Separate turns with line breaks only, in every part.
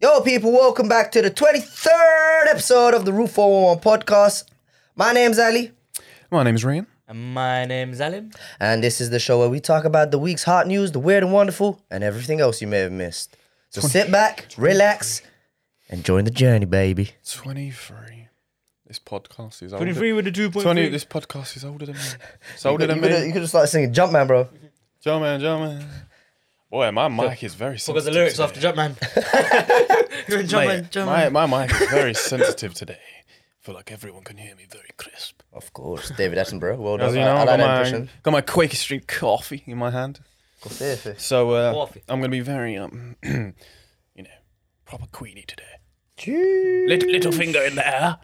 Hello, people. Welcome back to the 23rd episode of the Route 411 podcast. My name's Ali,
My name's Ryan.
And my name's Alan.
and this is the show where we talk about the week's hot news, the weird and wonderful, and everything else you may have missed. So sit back, relax, and join the journey, baby.
23. This podcast is older.
23 with a 2.3.
20, this podcast is older than me. It's older
You
than
could have
me.
started singing Jumpman, bro.
Gentlemen, gentlemen. Boy, my mic is very sensitive.
because the lyrics
today.
after Jumpman.
Mate,
Jumpman, Jumpman.
my, my mic is very sensitive today. I feel like everyone can hear me very crisp.
Of course, David Attenborough. Well done.
As you
I- I
know, I
like
got
that
my,
impression.
got my Quaker Street coffee in my hand.
Of course, yeah.
So uh,
Coffee.
I'm going to be very, um, you know, proper queenie today.
Cheers.
Little, little finger in the air.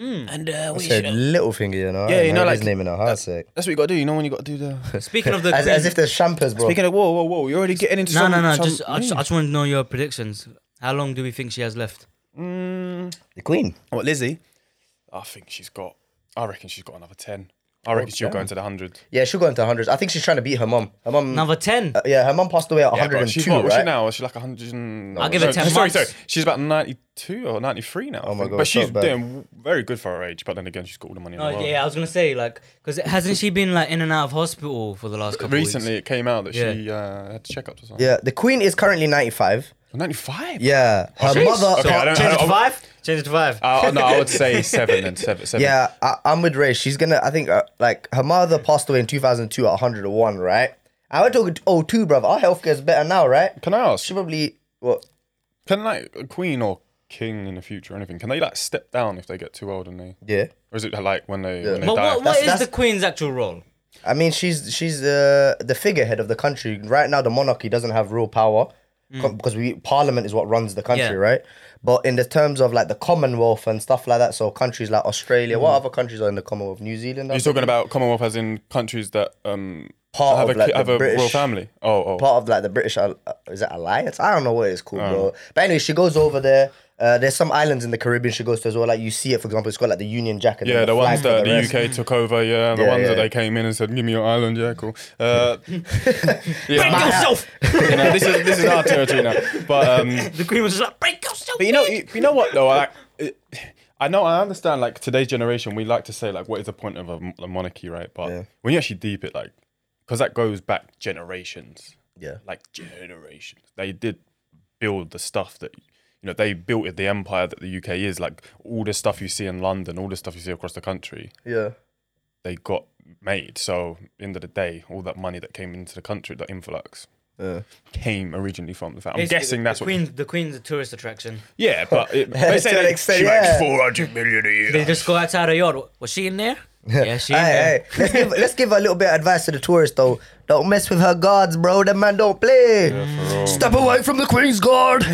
And uh, we
Said
shall-
little finger, you know. I
Yeah,
haven't
you know,
heard his
like-
name in a hard sec.
That's what you got to do. You know when you got to do the...
Speaking of the.
As,
Queen-
as if there's champers, bro.
Speaking of, whoa, whoa, whoa. You're already getting into
no,
some...
no, no,
some-
Just, I, just, I just want to know your predictions. How long do we think she has left?
Mm,
the Queen.
what, Lizzie? I think she's got. I reckon she's got another ten. I reckon she'll go into the hundred.
Yeah, she'll go into hundreds. I think she's trying to beat her mum. Her mum.
Another 10.
Uh, yeah, her mum passed away at
Yeah,
102,
but she's what, what's she
right?
now? Is she like hundred and?
I'll give her
no,
10
Sorry,
months.
sorry. She's about ninety-two or ninety-three now. Oh
my God,
But
it's not
she's
bad.
doing w- very good for her age. But then again, she's got all the money. In
Oh,
the world.
yeah, I was going to say, like, because hasn't she been, like, in and out of hospital for the last couple
Recently,
of
it came out that she uh, had checkups or something.
Yeah, the Queen is currently 95.
ninety-five.
Yeah, her
jeez.
mother.
Oh, Okay, I don't-
weeks? Change it to
I-
five? Change it to five.
Uh, no, I would say seven and seven. seven.
yeah, I, I'm with Ray. She's gonna. I think uh, like her mother passed away in 2002 at 101, right? I went to oh two, brother. Our healthcare's better now, right?
Can I ask?
She probably what?
Can like a queen or king in the future or anything? Can they like step down if they get too old and they?
Yeah.
Or is it like when they,
Yeah.
when they
but
die?
what, what is
that's-
the Queen's actual role?
I mean, she's she's uh, the figurehead of the country right now. The monarchy doesn't have real power
Mm.
co- because we parliament is what runs the country,
Yeah.
right? But in the terms of like the Commonwealth and stuff like that, so countries like Australia, what other countries are in the Commonwealth? New Zealand, I think?
You're Mm. talking about Commonwealth as in countries that um
Part
have
of,
a,
like,
ki-
the
have a royal
British-
family. Oh, oh.
part of like the British uh, is that alliance? I don't know what it's called,
Oh.
bro. But anyway, she goes over there. Uh, there's some islands in the Caribbean she goes to as well. Like you see it, for example, it's got like the Union Jack. And then
yeah, the
flag
ones
for
that the,
rest.
UK took over. Yeah, the
Yeah,
ones
yeah.
that they came in and said, "Give me your island." Yeah, cool. Uh, yeah,
Break yourself!
you know, this is this is our territory now. But um,
the Queen was just like, break yourself!
But you know, you, you know what though? Like, it, I know I understand. Like today's generation, we like to say like, what is the point of a, m- a monarchy, right? But
Yeah.
when you actually deep it, like, because that goes back generations.
Yeah.
like generations. They did build the stuff that you know they built it, the empire that the UK is. Like all the stuff you see in London, all the stuff you see across the country,
Yeah.
they got made. So end of the day, all that money that came into the country, that influx.
Yeah.
Came originally from the family. I'm
Basically,
guessing
the-
that's
the
what
Queen, the Queen's a tourist attraction.
yeah, but it, they
To
say
an
they,
extent,
she makes
yeah.
400 million a year.
They just go outside her yard. Was she in there? Yeah, she in there.
Hey, hey, let's give let's give a little bit of advice to the tourists though. Don't mess with her guards, bro. That man don't play. Step away from the Queen's Guard.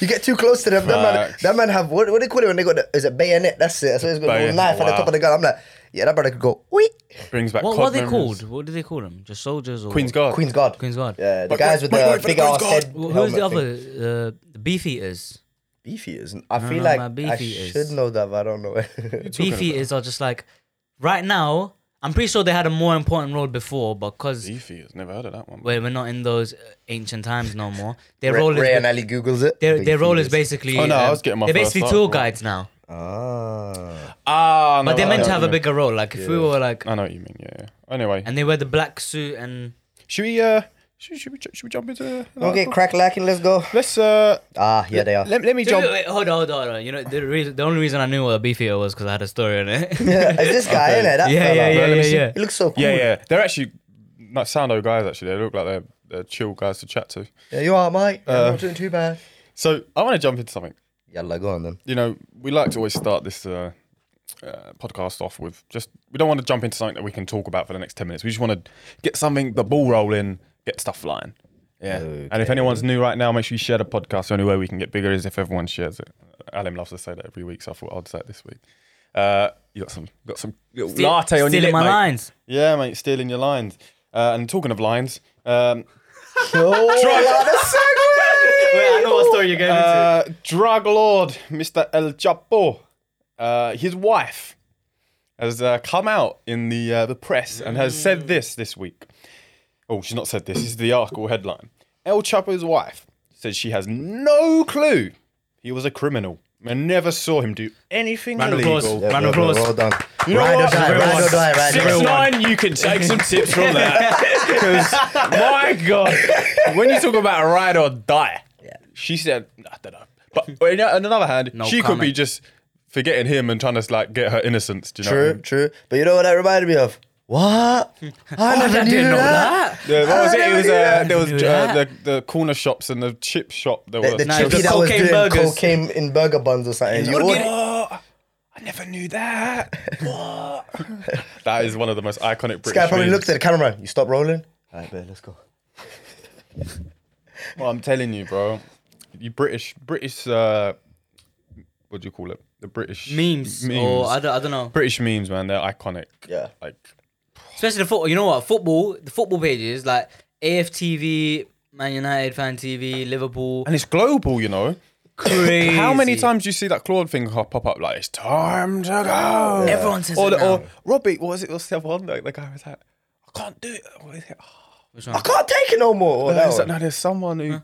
you get too close to them. That man,
Facts.
that man have what, what do they call it when they got the, is it bayonet? That's it. So it's got a little
Bayonet,
knife on the
wow.
top of the gun. I'm like, yeah, that brother could go. Wee.
brings back
What
COD
were they
memories.
called? What do they call them? Just soldiers or
Queen's Guard.
Queen's Guard.
Queen's Guard.
Yeah, the
But
guys
wait,
with
wait,
the
wait, wait,
big
wait,
ass
God.
head.
Wh- Who's
helmet
the
thing.
other? Uh, the beefeaters.
Beefeaters. I
No,
feel
no,
like
my
I
beefeaters.
should know that, but I don't know it.
Beefeaters are just like right now. I'm pretty sure they had a more important role before, but because
Beefy, I've never heard of that one.
we're, we're not in those uh, ancient times no more. Their
Ray,
role is
Ray and
ba-
Ali Googles it.
their, their role is
Beefeaters.
basically. um,
Oh, no, I was getting my
They're
first
basically
thought,
tour
yeah.
guides now,
Ah.
Ah, no,
but they're
I
meant
know
to have
what
a
you mean.
bigger role. Like if we were like,
I know what you mean. Yeah. yeah. Anyway,
and they wear the black suit and
should we? Uh, should, should we? ju- Should we jump into? an
Okay,
article?
crack lacking, let's go.
Let's. Uh,
Ah, yeah, they are.
let, let me
Wait,
jump.
wait, wait, hold on, hold on, hold on. You know, the, reason, the only reason I knew what a beefeater was because I had a story on it. yeah,
It's this guy,
Okay.
innit? That
yeah,
fella.
yeah, yeah,
let me
yeah,
see.
yeah.
He looks so cool.
Yeah, yeah. They're actually not sound old guys. Actually, they look like they're, they're chill guys to chat to.
Yeah, you are, mate. I'm not doing too bad.
So I want to jump into something.
Yalla, go on then.
You know, we like to always start this. Uh, uh, podcast off with just we don't want to jump into something that we can talk about for the next 10 minutes we just want to get something the ball rolling get stuff flying yeah and if anyone's new right now make sure you share the podcast the only way we can get bigger is if everyone shares it alan loves to say that every week so i thought i'd say it this week uh you got some got some little latte on your
Stealing
lip,
my
mate.
lines.
yeah mate stealing your lines uh, and talking of lines um
Oh,
Wait, I know what story you're going
uh, drug lord Mr. El Chapo, uh, his wife has uh, come out in the uh, the press and has said this this week. Oh, she's not said this. This is the article headline. El Chapo's wife says she has no clue He was a criminal. I never saw him do anything
Round of
illegal.
applause.
Yeah,
Round of
well,
applause.
Well done.
You know
ride
what?
or die,
Everyone-
ride or die, ride or
Six
die.
nine, you can take some tips from that. Because my God, when you talk about ride or die, she said, I don't know. But on the- on another hand,
No
she could be
comment.
just forgetting him and trying to like get her innocence. Do you know? what I
True,
mean?
true. But you know what that reminded me of? What? I never
Oh, I
knew
didn't know
that.
that.
Yeah, what was it? It was uh, there was
Knew
uh, the,
that.
the corner shops and the chip shop. There
The,
were
the
Nah, it
chippy
was
that was
cocaine
doing
burgers.
cocaine in burger buns or something. You ordered-
What? I never knew that. What? that is one of the most iconic British.
This guy probably
memes.
looked at the cameraman. You stop rolling? All right, babe, let's go.
Well, I'm telling you, bro. You British, British. Uh, what do you call it? The British
Memes,
memes.
or I don't, I don't know.
British memes, man. They're iconic.
Yeah.
Like
Especially the football. You know what? Football. The football pages like AFTV, Man United fan TV, Liverpool.
and it's global, you know.
Crazy.
How many times do you see that Claude thing ho- pop up? Like it's time to go.
Everyone says
or,
it
the-
now.
or Robbie, what was it? Was the other one? Like the guy was like, I can't do it. What is it?
Which
I
one?
can't take it no more. Or
No,
Oh, that
there's,
one.
no, there's someone who.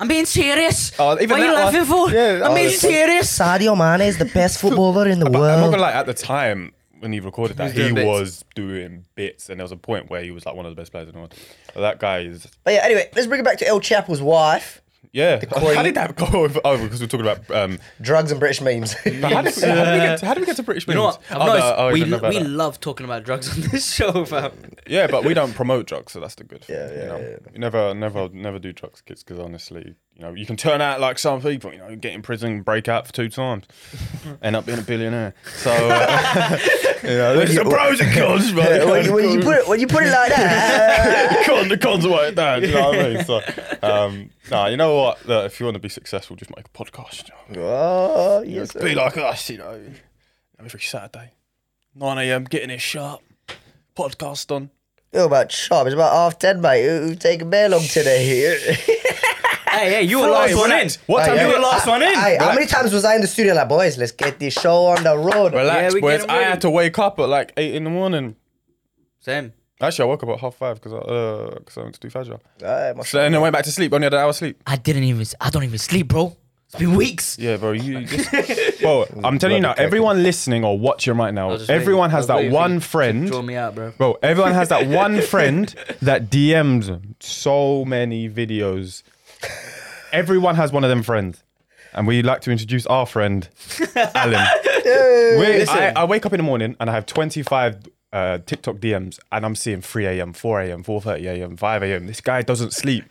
I'm being serious.
Oh,
what
even
are you
that one.
laughing for?
Yeah,
I'm
oh,
being
this one.
serious.
Sadio Mane is the best footballer in the
But I'm not gonna
world.
lie. At the time when he recorded that,
He was
he
doing bits.
was doing bits, and there was a point where he was like one of the best players in the world. But that guy is
But yeah, anyway, let's bring it back to El Chapo's wife.
Yeah.
coin-
How did that go? Over? Oh, because we're talking about. Um,
Drugs and British memes.
how, did, how, did we get to, how did we get to British
You know what?
memes?
I've
Oh, no,
noticed
oh,
we
didn't know about
we
that.
love talking about drugs on this show, fam.
yeah, but we don't promote drugs, so that's the good.
Yeah,
thing,
yeah,
you know?
yeah, yeah.
You never, never, never do drugs, kids, because honestly, you know, you can turn out like some people. You know, get in prison, break out for two times, end up being a billionaire. So, uh, you know, there's the pros and cons, but
Yeah, when, you, when you put it, when you put it like that,
Con, the cons weren't there. Do you know what I mean? So, um, nah, you know what? Look, if you want to be successful, just make a podcast. You know?
oh yes,
Be like us, you know. Every Saturday, 9 a.m., getting it sharp. Podcast on.
It's about sharp. It's about half ten, mate. Who, who take a bear long today?
Hey, hey, you were last one in.
What
Hey,
time
hey,
you were last one in?
Hey, how many times was I in the studio? Like, boys, let's get this show on the road.
Relax,
Yeah, we
boys.
getting
I
ready.
had to wake up at like 8 in the morning.
Same.
Actually, I woke up at half five because I, uh, 'cause I went to do Fajr.
Aye, my
So, and then went back to sleep. Only had an hour sleep.
I didn't even. I don't even sleep, bro. It's been weeks.
Yeah, bro. You just. bro, I'm telling you now,
bloody
everyone listening or watching right now,
just
everyone
waiting- I
has
was
that
waiting for you
one
to
friend.
Draw me out, bro.
Bro, everyone has that one friend that DMs so many videos. Everyone has one of them friends. And we'd like to introduce our friend, Alan. We- I, I wake up in the morning and I have 25 uh, TikTok DMs and I'm seeing 3 a.m., 4 a.m., 4.30 a.m., 5 a.m. This guy doesn't sleep.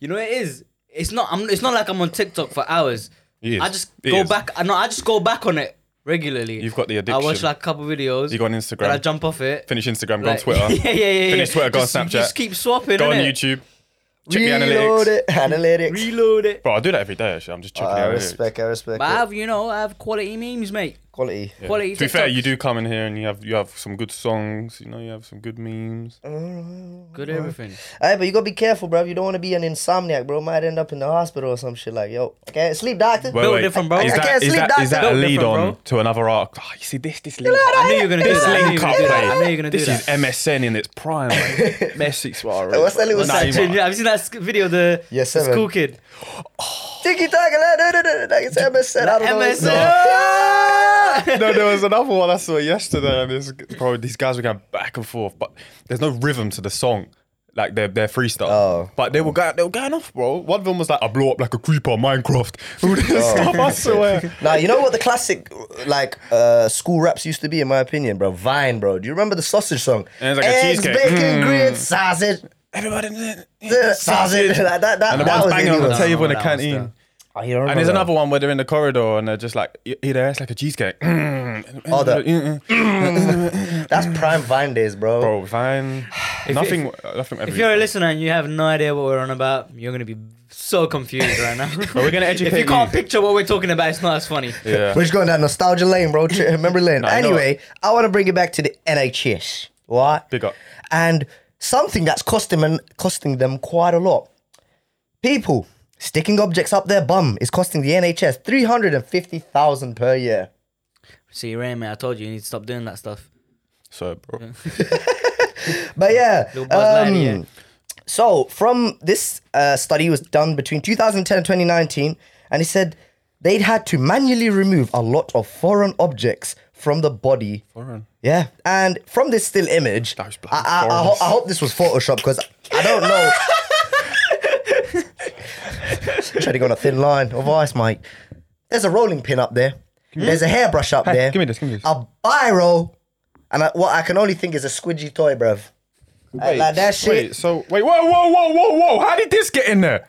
You know what it is. It's not. I'm, it's not like I'm on TikTok for hours.
It is.
I just
It
go
is.
back. I know. I just go back on it regularly.
You've got the
I watch
addiction.
like a couple videos.
You go on
Then I
Instagram,
jump off it.
finish Instagram, go on
Like-
Twitter,
yeah, yeah, yeah.
finish
yeah.
Twitter, go on
Just- you
Snapchat.
Just keep swapping.
go on
innit?
YouTube, check the
Reload
analytics.
it. Analytics.
Reload it.
Bro, I do that every day actually. I'm just checking
I
Ah,
the analytics.
respect. I respect.
But I
it.
have, you know, I have quality memes, mate.
Quality.
Quality.
To be fair,
TikToks.
you do come in here and you have you have some good songs. You know, you have some good memes.
Mm. good at everything.
Hey, but you gotta be careful, bro. You don't want to be an insomniac, bro. Might end up in the hospital or some shit. Like, yo, I can't sleep, doctor.
Built different, bro.
Is
I
that,
can't
is
sleep,
that-
doctor.
is that a
Built
lead
different,
on
bro.
to another arc? Oh, you see this this link. Up.
I knew you were gonna do
This
that. I knew you
link
were
up,
gonna do that. I knew you were
mate.
gonna do
This
that.
is MSN in its prime. mate. Messy suara.
What's that little
Nah,
section?
you might-
Yeah, Have you seen that sk- video? The
Yeah,
the
seven.
school kid.
Tiki taka, la, da, da, da, da, it's MSN. I don't
MSN.
know.
no, there was another one I saw yesterday, and this bro, these guys were going back and forth, but there's no rhythm to the song. Like they're they're freestyle,
Oh.
but they were going they were going off, bro. One of them was like, "I blew up like a creeper on Minecraft." All this
Oh.
stuff, I swear.
Now you know what the classic like uh, school raps used to be, in my opinion, bro. Vine, bro. Do you remember the sausage song?
And it's like a
Eggs,
cheesecake. Mm.
bacon, grits, sausage,
Everybody,
uh, sausage. like that, that,
and the
that
one's
was
banging on
illegal.
the table in the
No, that one's
canteen.
done.
Oh, you don't remember
And there's
that?
another one where they're in the corridor and they're just like, "Y- "Eat their ass like a cheesecake." Mm.
Oh, the-
Mm-mm.
That's prime Vine days, bro.
mm. bro, fine. nothing, uh, nothing.
If you're a listener and you have no idea what we're on about, you're gonna be so confused right now.
but we're gonna educate
if you can't picture what we're talking about, it's not as funny.
Yeah.
We're just going down nostalgia lane, bro. Tri- Memory lane.
I know
anyway, I want to bring it back to the NHS. What?
Big up.
And something that's costing them, costing them quite a lot. People sticking objects up their bum is costing the NHS three hundred and fifty thousand per year.
See, Rain, mate, I told you you need to stop doing that stuff.
So, bro.
But yeah,
Little Buzz
um,
Lightyear, yeah.
so from this uh, study was done between 2010 and 2019, and it said they'd had to manually remove a lot of foreign objects from the body.
Foreign.
Yeah, and from this still image, I,
Those bloody
I, I, ho-
foreigners.
I hope this was Photoshop because I don't know. Trying to go on a thin line of ice, mate. There's a rolling pin up there. There's a hairbrush up there.
give me this, give me this.
A biro, and I, what I can only think is a squidgy toy, bruv. Like, like that shit.
Wait, so wait, whoa, whoa, whoa, whoa, whoa! How did this get in there?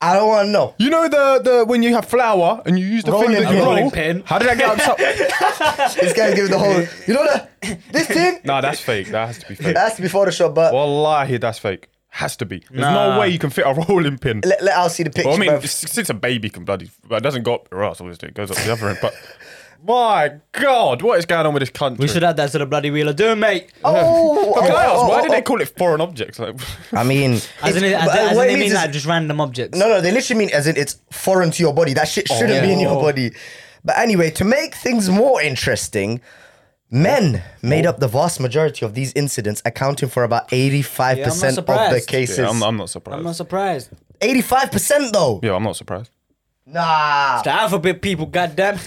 I don't want to know.
You know the the when you have flour and you use the
Rolling
finger
pin.
to
Rolling
roll.
pin.
How did that get up top?
This guy's giving the whole. You know that this thing.
nah, that's fake. That has to be fake.
That's before the show, but
Wallahi, that's fake. Has to be. There's
Nah.
no way you can fit a rolling pin.
let, let us see the picture.
Well, I mean,
bruv.
s- since a baby can bloody, but it doesn't go up your ass, obviously, it goes up the other end. But my God, what is going on with this country?
We should add that to the bloody wheel of doom, mate.
oh,
Can I ask,
oh,
why
oh,
did
oh.
they call it foreign objects? Like,
I mean,
As in,
it's-
as,
but, uh,
as
what it
in they
means
mean
is-
like just random objects.
No, no, they literally mean as in it's foreign to your body. That shit
Oh.
shouldn't be in your body. But anyway, to make things more interesting, men made up the vast majority of these incidents, accounting for about 85%
Yeah, I'm not
of the
surprised.
cases.
yeah, I'm, I'm not surprised.
I'm not surprised.
85% though?
yeah, I'm not surprised.
Nah.
The alphabet people, goddamn.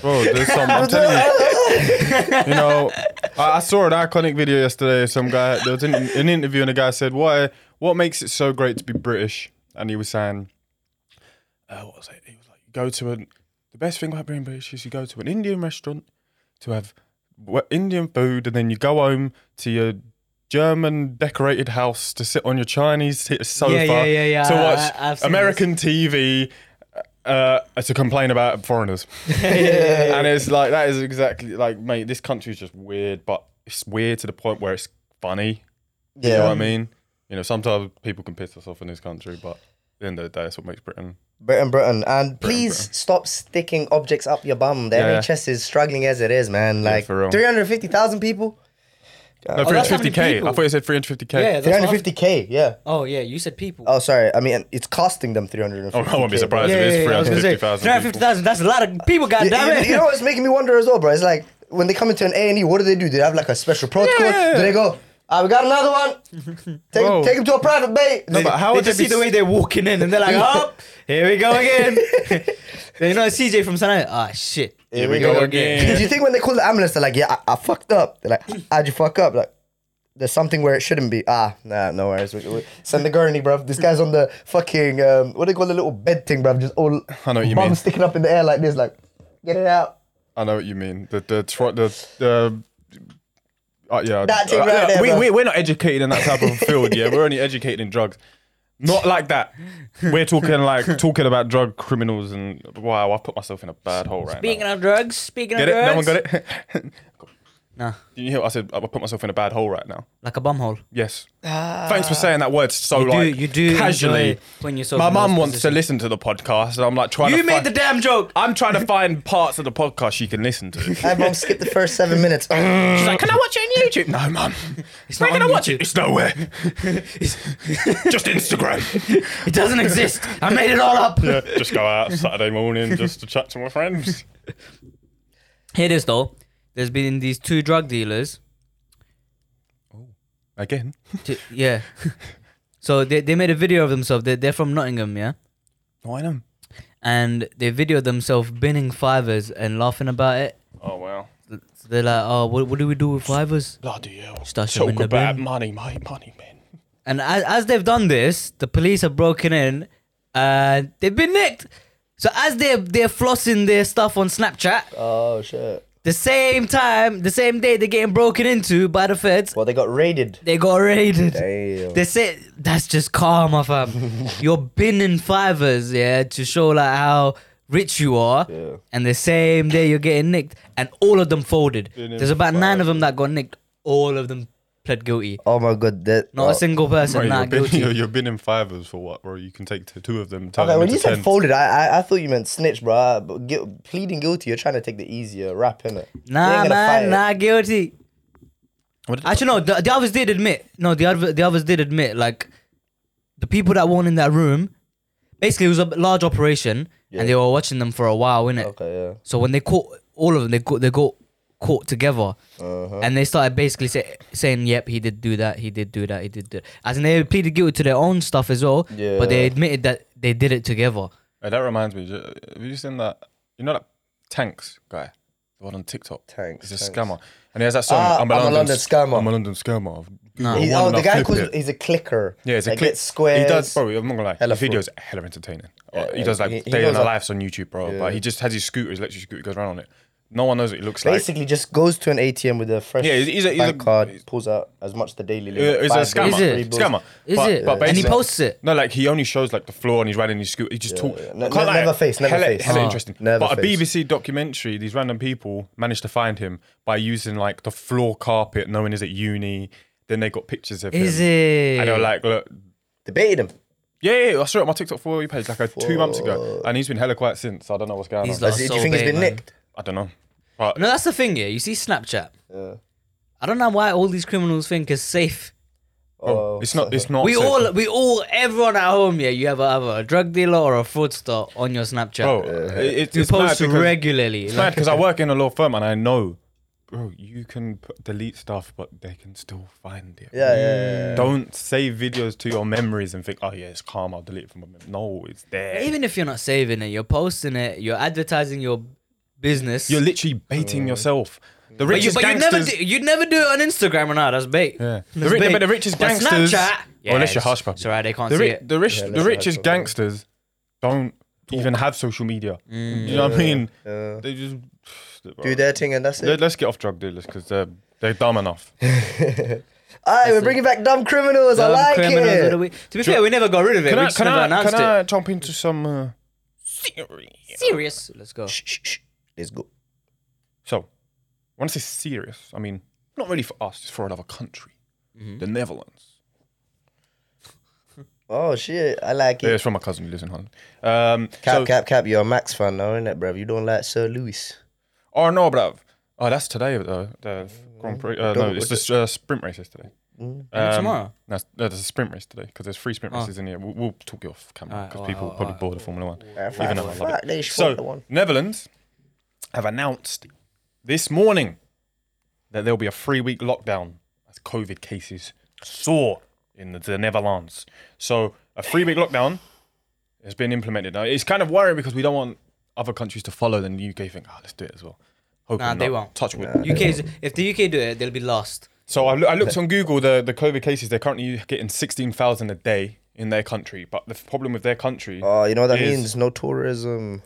Bro, there's some, I'm telling you. You know, I, I saw an iconic video yesterday. of Some guy, there was an, an interview, and a guy said, "Why? What makes it so great to be British?" And he was saying, uh, "What was it? He was like, you go to an the best thing about being British is you go to an Indian restaurant to have w- Indian food, and then you go home to your." German decorated house to sit on your Chinese t- sofa
yeah, yeah, yeah.
to
I-
watch
I- I've seen
American TV uh, to complain about foreigners. And it's like that is exactly like, mate, this country's just weird, but it's weird to the point where it's funny. You know what I mean? You know, sometimes people can piss us off in this country, but at the end of the day, that's what makes Britain.
Britain, Britain. And please stop sticking objects up your bum. The
Yeah.
NHS is struggling as it is, man. Like
for real.
350,000 people?
No,
Oh, that's how many
350k. I
people.
thought you said 350k.
Yeah, that's what I-
350k, yeah.
Oh yeah, you said people.
Oh, sorry. I mean, it's costing them 350.
Oh, I won't be surprised if it is
I was gonna say,
350,000. people.
350,000, That's a lot of people.
You,
Goddamn
you-
it.
you know what's making me wonder as well, bro? It's like when they come into an A and E, what do they do? Do they have like a special protocol?
Yeah.
Do they go? Ah, we got another one. Take
Bro.
take him to a private bay.
No, but how
they
would
just
they
see
be
the way they're walking in, and they're like, "Oh, here we go again." you know, CJ from San Diego. Ah, shit.
Here
we go again.
Do you think when they call the ambulance, they're like, "Yeah, I, I fucked up." They're like, "How'd you fuck up?" Like, there's something where it shouldn't be. Ah, nah, no worries. We, we, send the gurney, bro. This guy's on the fucking um, what do they call the little bed thing, bro? Just all
I know what you
bum
mean.
sticking up in the air like this, like get it out.
I know what you mean. The the tro- the the. Uh, yeah,
That thing
Uh,
right
yeah,
there,
we,
bro.
we, we're not educated in that type of field, yeah. We're only educated in drugs. Not like that. We're talking like talking about drug criminals and wow, I've put myself in a bad hole right
Speaking
now.
of drugs, speaking
Get
of
it? No one
drugs,
got it? Did
Nah,
you hear what I said? I put myself in a bad hole right now.
like a bumhole.
Yes. Thanks for saying that word so
Ah. You
like
do, you do
casually.
enjoy when you're so.
My mum wants to listen to the podcast and I'm like trying
You
to
made
find,
the damn joke.
I'm trying to find parts of the podcast she can listen to.
Hey, mom, skip the first seven minutes.
She's like, can I watch it on YouTube? No, mum. It's
not
Where can
on
I watch
YouTube.
it? It's nowhere. just Instagram.
It doesn't exist. I made it all up.
yeah, just go out Saturday morning just to chat to my friends.
Here it is though. There's been these two drug dealers.
Again.
T- yeah. so they, they made a video of themselves. They're, they're from Nottingham, yeah?
No, I know.
And they videoed themselves binning fivers and laughing about it.
Oh, wow.
So they're like, oh, what, what do we do with fivers?
Bloody hell.
Stash them
Talk
in the
about
bin.
money, mate. Money, man.
And as, as they've done this, the police have broken in and they've been nicked. So as they're, they're flossing their stuff on Snapchat,
oh shit!
the same time, the same day they're getting broken into by the feds,
Well, they got raided.
they got raided.
Damn.
They say that's just karma, fam. You're binning fivers, yeah, to show like how rich you are,
Yeah.
and the same day you're getting nicked, and all of them folded.
Binning
There's about nine of them that got nicked. All of them pled guilty.
Oh my god, that
Not
oh.
a single person not guilty.
you're binning fivers for what, bro? You can take t- two of them. turn
Okay,
them
when
into
you said
10.
folded, I, I I thought you meant snitch, bro. I- but Gu- pleading guilty, you're trying to take the easier rap, innit?
Nah, man,
nah.
nah, guilty.
What did-
Actually, no, the, the others did admit. No, the other, the others did admit. Like, the people that weren't in that room, basically, it was a large operation, and they were watching them for a while, innit?
Okay,
So when they caught all of them, they got they got caught together,
Uh-huh.
and they started basically say, saying, "Yep, he did do that. He did do that. He did do." That. As in, they pleaded guilty to their own stuff as well, but they
Yeah.
admitted that they did it together.
Hey, that reminds me. j- Have you seen that? You know that Tanks guy, the one on TikTok.
Tanks,
He's a
Tanks.
scammer, and he has that song.
Ah, I'm a London
sc-
scammer."
I'm a London scammer. I've got
He's,
one
oh,
and
the
I
guy
flip
calls,
it.
he's a clicker.
Yeah, it's a
Like,
clip.
gets squares.
He does, bro. I'm not gonna lie.
Hella
His videos are hella entertaining. Uh, he does like
he- he
day in
knows
the
how-
lives on YouTube, bro. But he just has his scooter, his electric scooter, goes around on it. No one knows what he looks like.
Basically, just goes to an ATM with a fresh
Yeah, he's- he's a- he's
bank
a-
card, pulls out as much the daily
Uh,
limit.
He's a
five
scammer.
bills,
Is it?
three bills.
Scammer.
Is
But-
it?
but
and he
basically-
posts it.
No, like he only shows like the floor and he's riding his scooter. He just talks.
yeah. Ne- ne- never face, never
hella,
face.
Hella
Ah.
interesting.
Never
but a
face.
BBC documentary, these random people managed to find him by using like the floor carpet. No one is at uni. Then they got pictures of
Is
him.
it?
And they were like, look,
Debated him.
yeah, yeah, yeah, I saw it on my TikTok for you page like uh, two months ago, and he's been hella quiet since. I don't know what's going
He's
on.
like-
Is it- do
so
you think he's
big,
been
man.
nicked?
I don't know. But
No, that's the thing, yeah. You see Snapchat. I don't know why all these criminals think it's safe.
Oh,
bro, it's not. It's not.
We
safe.
all, we all, everyone at home, yeah. You have either a drug dealer or a fraudster on your Snapchat.
bro. it- it's,
you
it's mad
post
because-
regularly.
It's
like-
mad because I work in a law firm and I know, bro, you can put, delete stuff, but they can still find it.
Yeah, yeah, yeah. yeah.
Don't save videos to your memories and think, oh yeah, it's calm. I'll delete it from my memory. No, it's there.
even if you're not saving it, you're posting it, you're advertising your business.
You're literally baiting yourself. The
but you,
richest
but you'd never,
gangsters.
do, you'd never do it on Instagram or not. That's bait.
Yeah. The,
That's
ri-
bait.
but the richest
But
gangsters.
Snapchat.
Well, unless you're
it's-
harsh, puppy.
It's alright. They can't
the,
see
ri-
it.
the rich,
Yeah,
the
let's not
richest
talk about it.
gangsters don't even have social media.
Mm.
You know what I mean? They just
Do their thing and that's
Let,
it.
us get off drug dealers because they're they're dumb enough.
Aye, we're bringing back dumb criminals. I
Dumb
like
criminals of
it.
the week. To be fair, we never got rid of it.
Can
we
I
just
can
never
I,
announced
can
it.
I jump into some? Uh,
Serious. Let's go.
Shh, shh, shh. Let's go.
so, when I say serious, I mean not really for us. It's for another country,
Mm-hmm.
the Netherlands.
Oh shit, I like
Yeah,
it.
it's from my cousin who lives in Holland. Um,
Cap,
so,
cap, cap. You're a Max fan now, innit, bruv? You don't like Sir Lewis.
Oh no, bruv. Oh, that's today though. The Grand Prix. Uh, no,
Don't-
it's the uh, sprint races today.
And
Ehm,
tomorrow?
No, it's- no, there's a sprint race today because there's three sprint races in here. We'll, we'll talk it off camera
Alright,
because
alright,
people
alright,
probably
alright.
bored of Formula One.
Fuck,
though I love
fuck, they
So,
shot the one.
Netherlands have announced this morning that there'll be a three week lockdown as COVID cases soar in the, the Netherlands. So, a three week lockdown has been implemented. Now, it's kind of worrying because we don't want other countries to follow, then the UK think, ah, let's do it as well. Hoping
Nah, they
not.
won't.
Touch wood.
UK's, if the UK do it, they'll be lost.
So I, loo- I looked on Google the the COVID cases. They're currently getting sixteen thousand a day in their country, but the problem with their country.
Oh, you know what that
Yes.
means? No tourism.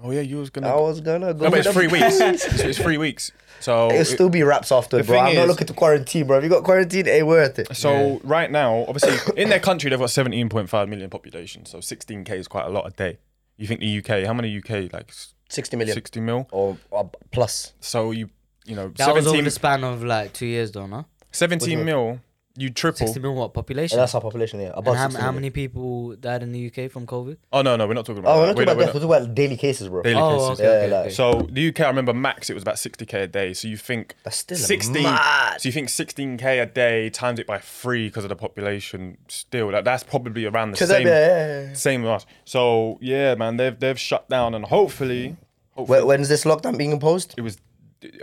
oh yeah, you was gonna.
I was gonna go.
no, but it's
with
three
them.
weeks. it's, it's three weeks. So
It'll still be wraps after,
Oh, The
bro.
thing
I'm not
is-
looking to quarantine, bro. If you got quarantine, it ain't worth it.
so right now, obviously, in their country they've got seventeen point five million population. So sixteen k is quite a lot a day. You think the UK? How many UK like s-
60 million.
sixty mil?
Or, or plus.
So you you know
That was over
17,
the span of like two years, though, no?
17 mil. You triple.
60 million what population?
And that's our population, yeah. Above
and how,
60
how
million.
many people died in the UK from COVID?
Oh no, no, we're not talking about.
Oh, we're
that.
not talking
We're
about death.
we're
We're talking about daily cases, bro.
daily
Oh,
cases.
okay.
Yeah,
okay,
like-
okay.
So the UK, I remember max it was about 60k a day. So you think
That's still
16.
mad.
So you think 16k a day times it by three because of the population. Still, like, that's probably around the
Because that'd
same
be- yeah, yeah, yeah.
same amount. So yeah, man, they've they've shut down and hopefully, hopefully
When, when's this lockdown being imposed?
it was.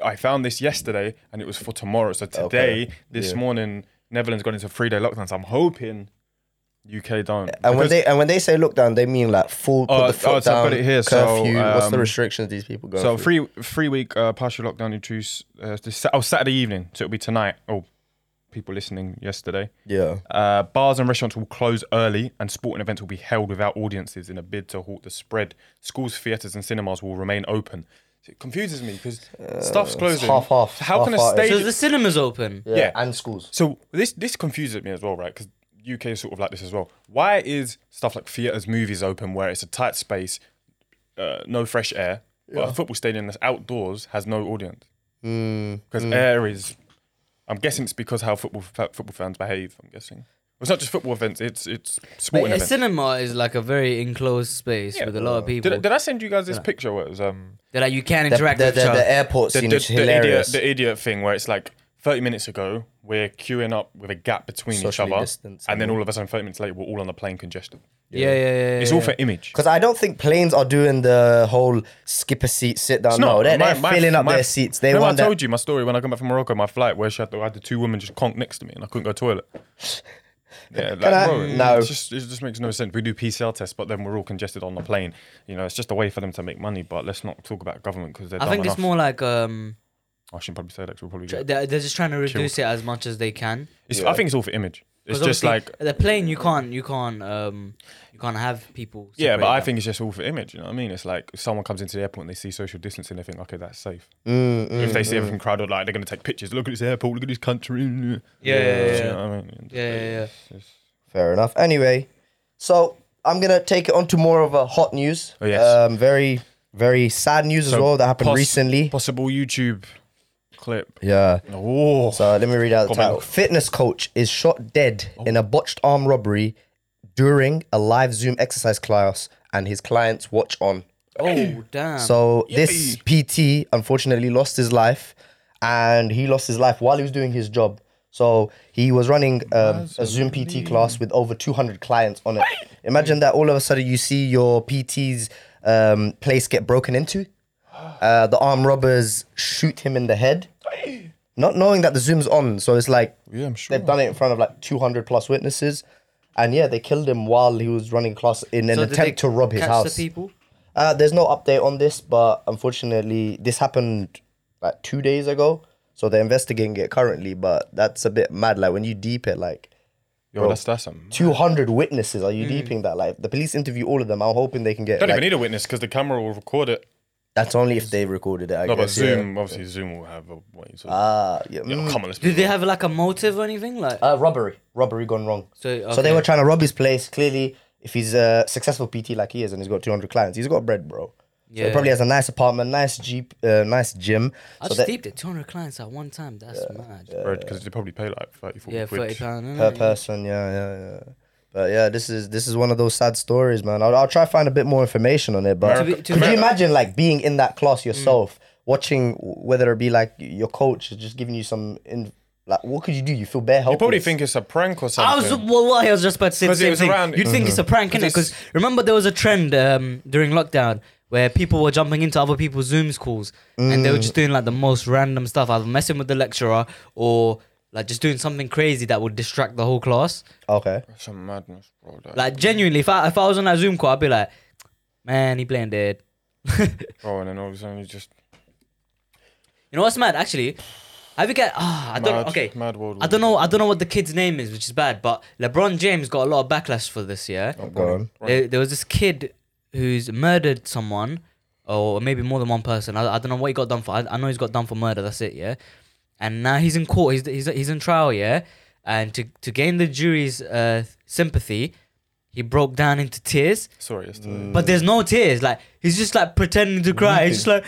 I found this yesterday and it was for tomorrow. So today, this morning, Netherlands got into three day lockdown. So I'm hoping UK don't.
And when
Because-
they and when they say lockdown, they mean like full put
Oh,
the foot
oh, so I've
down,
got it here, so,
curfew. What's the
um,
restrictions these people go
So
through?
three three week uh, partial lockdown in truce. Uh, this, Sa- oh, Saturday evening. So it'll be tonight. Oh, people listening yesterday.
Yeah.
Uh, bars and restaurants will close early, and sporting events will be held without audiences in a bid to halt the spread. Schools, theatres, and cinemas will remain open. So it confuses me because stuff's closing.
Uh, half off,
So How
half
can a
off.
stage?
So the cinema's open.
yeah,
yeah.
and schools.
So this this confuses me as well, right? Because UK is sort of like this as well. Why is stuff like theaters, movies open where it's a tight space, uh, no fresh air, but a football stadium that's outdoors has no audience
Hmm.
because air is. I'm guessing it's because how football fa- football fans behave. I'm guessing Well, it's not just football events; it's it's
But
sporting
a
events.
cinema is like a very enclosed space with a lot of people.
Did, did I send you guys this picture? Where it was um
They're like you can
The,
interact
the,
with
the,
each other.
the airport
the,
scene
the-
is
the
hilarious.
idiot the idiot thing where it's like 30 minutes ago we're queuing up with a gap between
Socially
each other
distanced,
and then all of a sudden 30 minutes later we're all on the plane congested
yeah, yeah, yeah.
it's
yeah,
all
yeah.
for image
Because I don't think planes are doing the whole skip a seat, sit down. No,
not.
they're,
My-
they're
my-
filling up
my-
their seats. They
Remember
want
I
that.
told you my story when I come back from Morocco my flight where she had, the- I had the two women just conk next to me and I couldn't go to the toilet Yeah, like,
I-
bro,
No.
It just, it just makes no sense. We do PCR tests, but then we're all congested on the plane. You know, it's just a way for them to make money. But let's not talk about government because they're.
I
dumb
think
enough.
it's more like um,
I shouldn't probably say that. 'cause we'll probably.
tr-
Get,
they're, they're just trying to reduce it as much as they can.
it's,
Yeah.
I think it's all for image. It's
'Cause
just
obviously
like
the plane. You can't, you can't, um, you can't have people.
yeah, but
separate
I
them.
think it's just all for image. You know what I mean? It's like if someone comes into the airport and they see social distancing, they think, okay, that's safe.
Mm,
if they see everything crowded, like they're gonna take pictures. Look at this airport. Look at this country. Yeah,
Yeah, yeah, yeah,
You
yeah.
know what I mean?
Yeah, yeah, yeah.
Fair enough. Anyway, so I'm gonna take it on to more of a hot news.
Oh, yes.
Um, very, very sad news as well that happened
Poss-
recently.
Possible YouTube clip.
yeah.
Oh,
So let me read out the
Comment.
title. Fitness coach is shot dead
Oh.
in a botched armed robbery during a live Zoom exercise class, and his clients watch on.
Oh damn.
So this PT unfortunately lost his life, and he lost his life while he was doing his job. So he was running um, a Zoom PT class with over 200 clients on it. Imagine that all of a sudden you see your PT's um, place get broken into. Uh, the armed robbers shoot him in the head, not knowing that the Zoom's on. So it's like
yeah, I'm sure.
they've done it in front of like 200 plus witnesses. And yeah, they killed him while he was running class in an
So did they
attempt to rob his
catch
house.
The people.
Uh, there's no update on this, but unfortunately, this happened like two days ago. So they're investigating it currently, but that's a bit mad. Like when you deep it, like
Yo, that's that's a. I
200 witnesses, are you deeping that? Like the police interview all of them. I'm hoping they can get.
Mm. don't
Like,
even need a witness because the camera will record it.
that's only if they recorded it. I
No, but
guess, yeah.
Zoom, obviously, Zoom will have a way. So,
Ah, yeah.
you know,
mm.
come on, let's be
Did they have like a motive or anything? Like
Uh, robbery, robbery gone wrong.
so. Okay.
So they were trying to rob his place. Clearly, if he's a successful PT like he is and he's got 200 clients, he's got bread, bro. Yeah.
Yeah.
he probably has a nice apartment, nice jeep, uh, nice gym.
I
so
just
that-
deeped it. 200 clients at one time. That's mad. Yeah,
because they probably pay like 30, 40 quid.
30 pound.
per
innit?
person. Yeah, yeah, yeah. But yeah, this is this is one of those sad stories, man. I'll, I'll try to find a bit more information on it. But
To be-
to
could
be-
you imagine like being in that
Mm.
class yourself, watching whether it be like your coach is just giving you some in like what could you do? You feel bare helpless.
You probably think it's a prank or something.
I was well, well, I was just about to say the
'Cause it
same
was
thing.
around- Mm-hmm.
You'd think it's a prank, innit? Because remember there was a trend um, during lockdown where people were jumping into other people's Zooms calls and they were
Mm.
just doing like the most random stuff, either messing with the lecturer or like just doing something crazy that would distract the whole class.
okay.
Some madness, bro. Like,
Like genuinely, if I if I was on that Zoom call, I'd be like, man, he playing dead.
bro, and then all of a sudden you just.
You know what's mad? Actually, have you get? Ah, I don't.
Mad-
okay,
mad world
I don't know. I don't know what the kid's name is, which is bad. But LeBron James got a lot of backlash for this. Yeah,
Oh,
Go on.
there, there was this kid who's murdered someone, or maybe more than one person. I, I don't know what he got done for. I, I know he's got done for murder. That's it. Yeah, and now he's in court. He's he's, he's in trial. Yeah, and to to gain the jury's uh, sympathy, he broke down into tears.
Sorry, yesterday.
But there's no tears. Like he's just like pretending to cry. He's just like.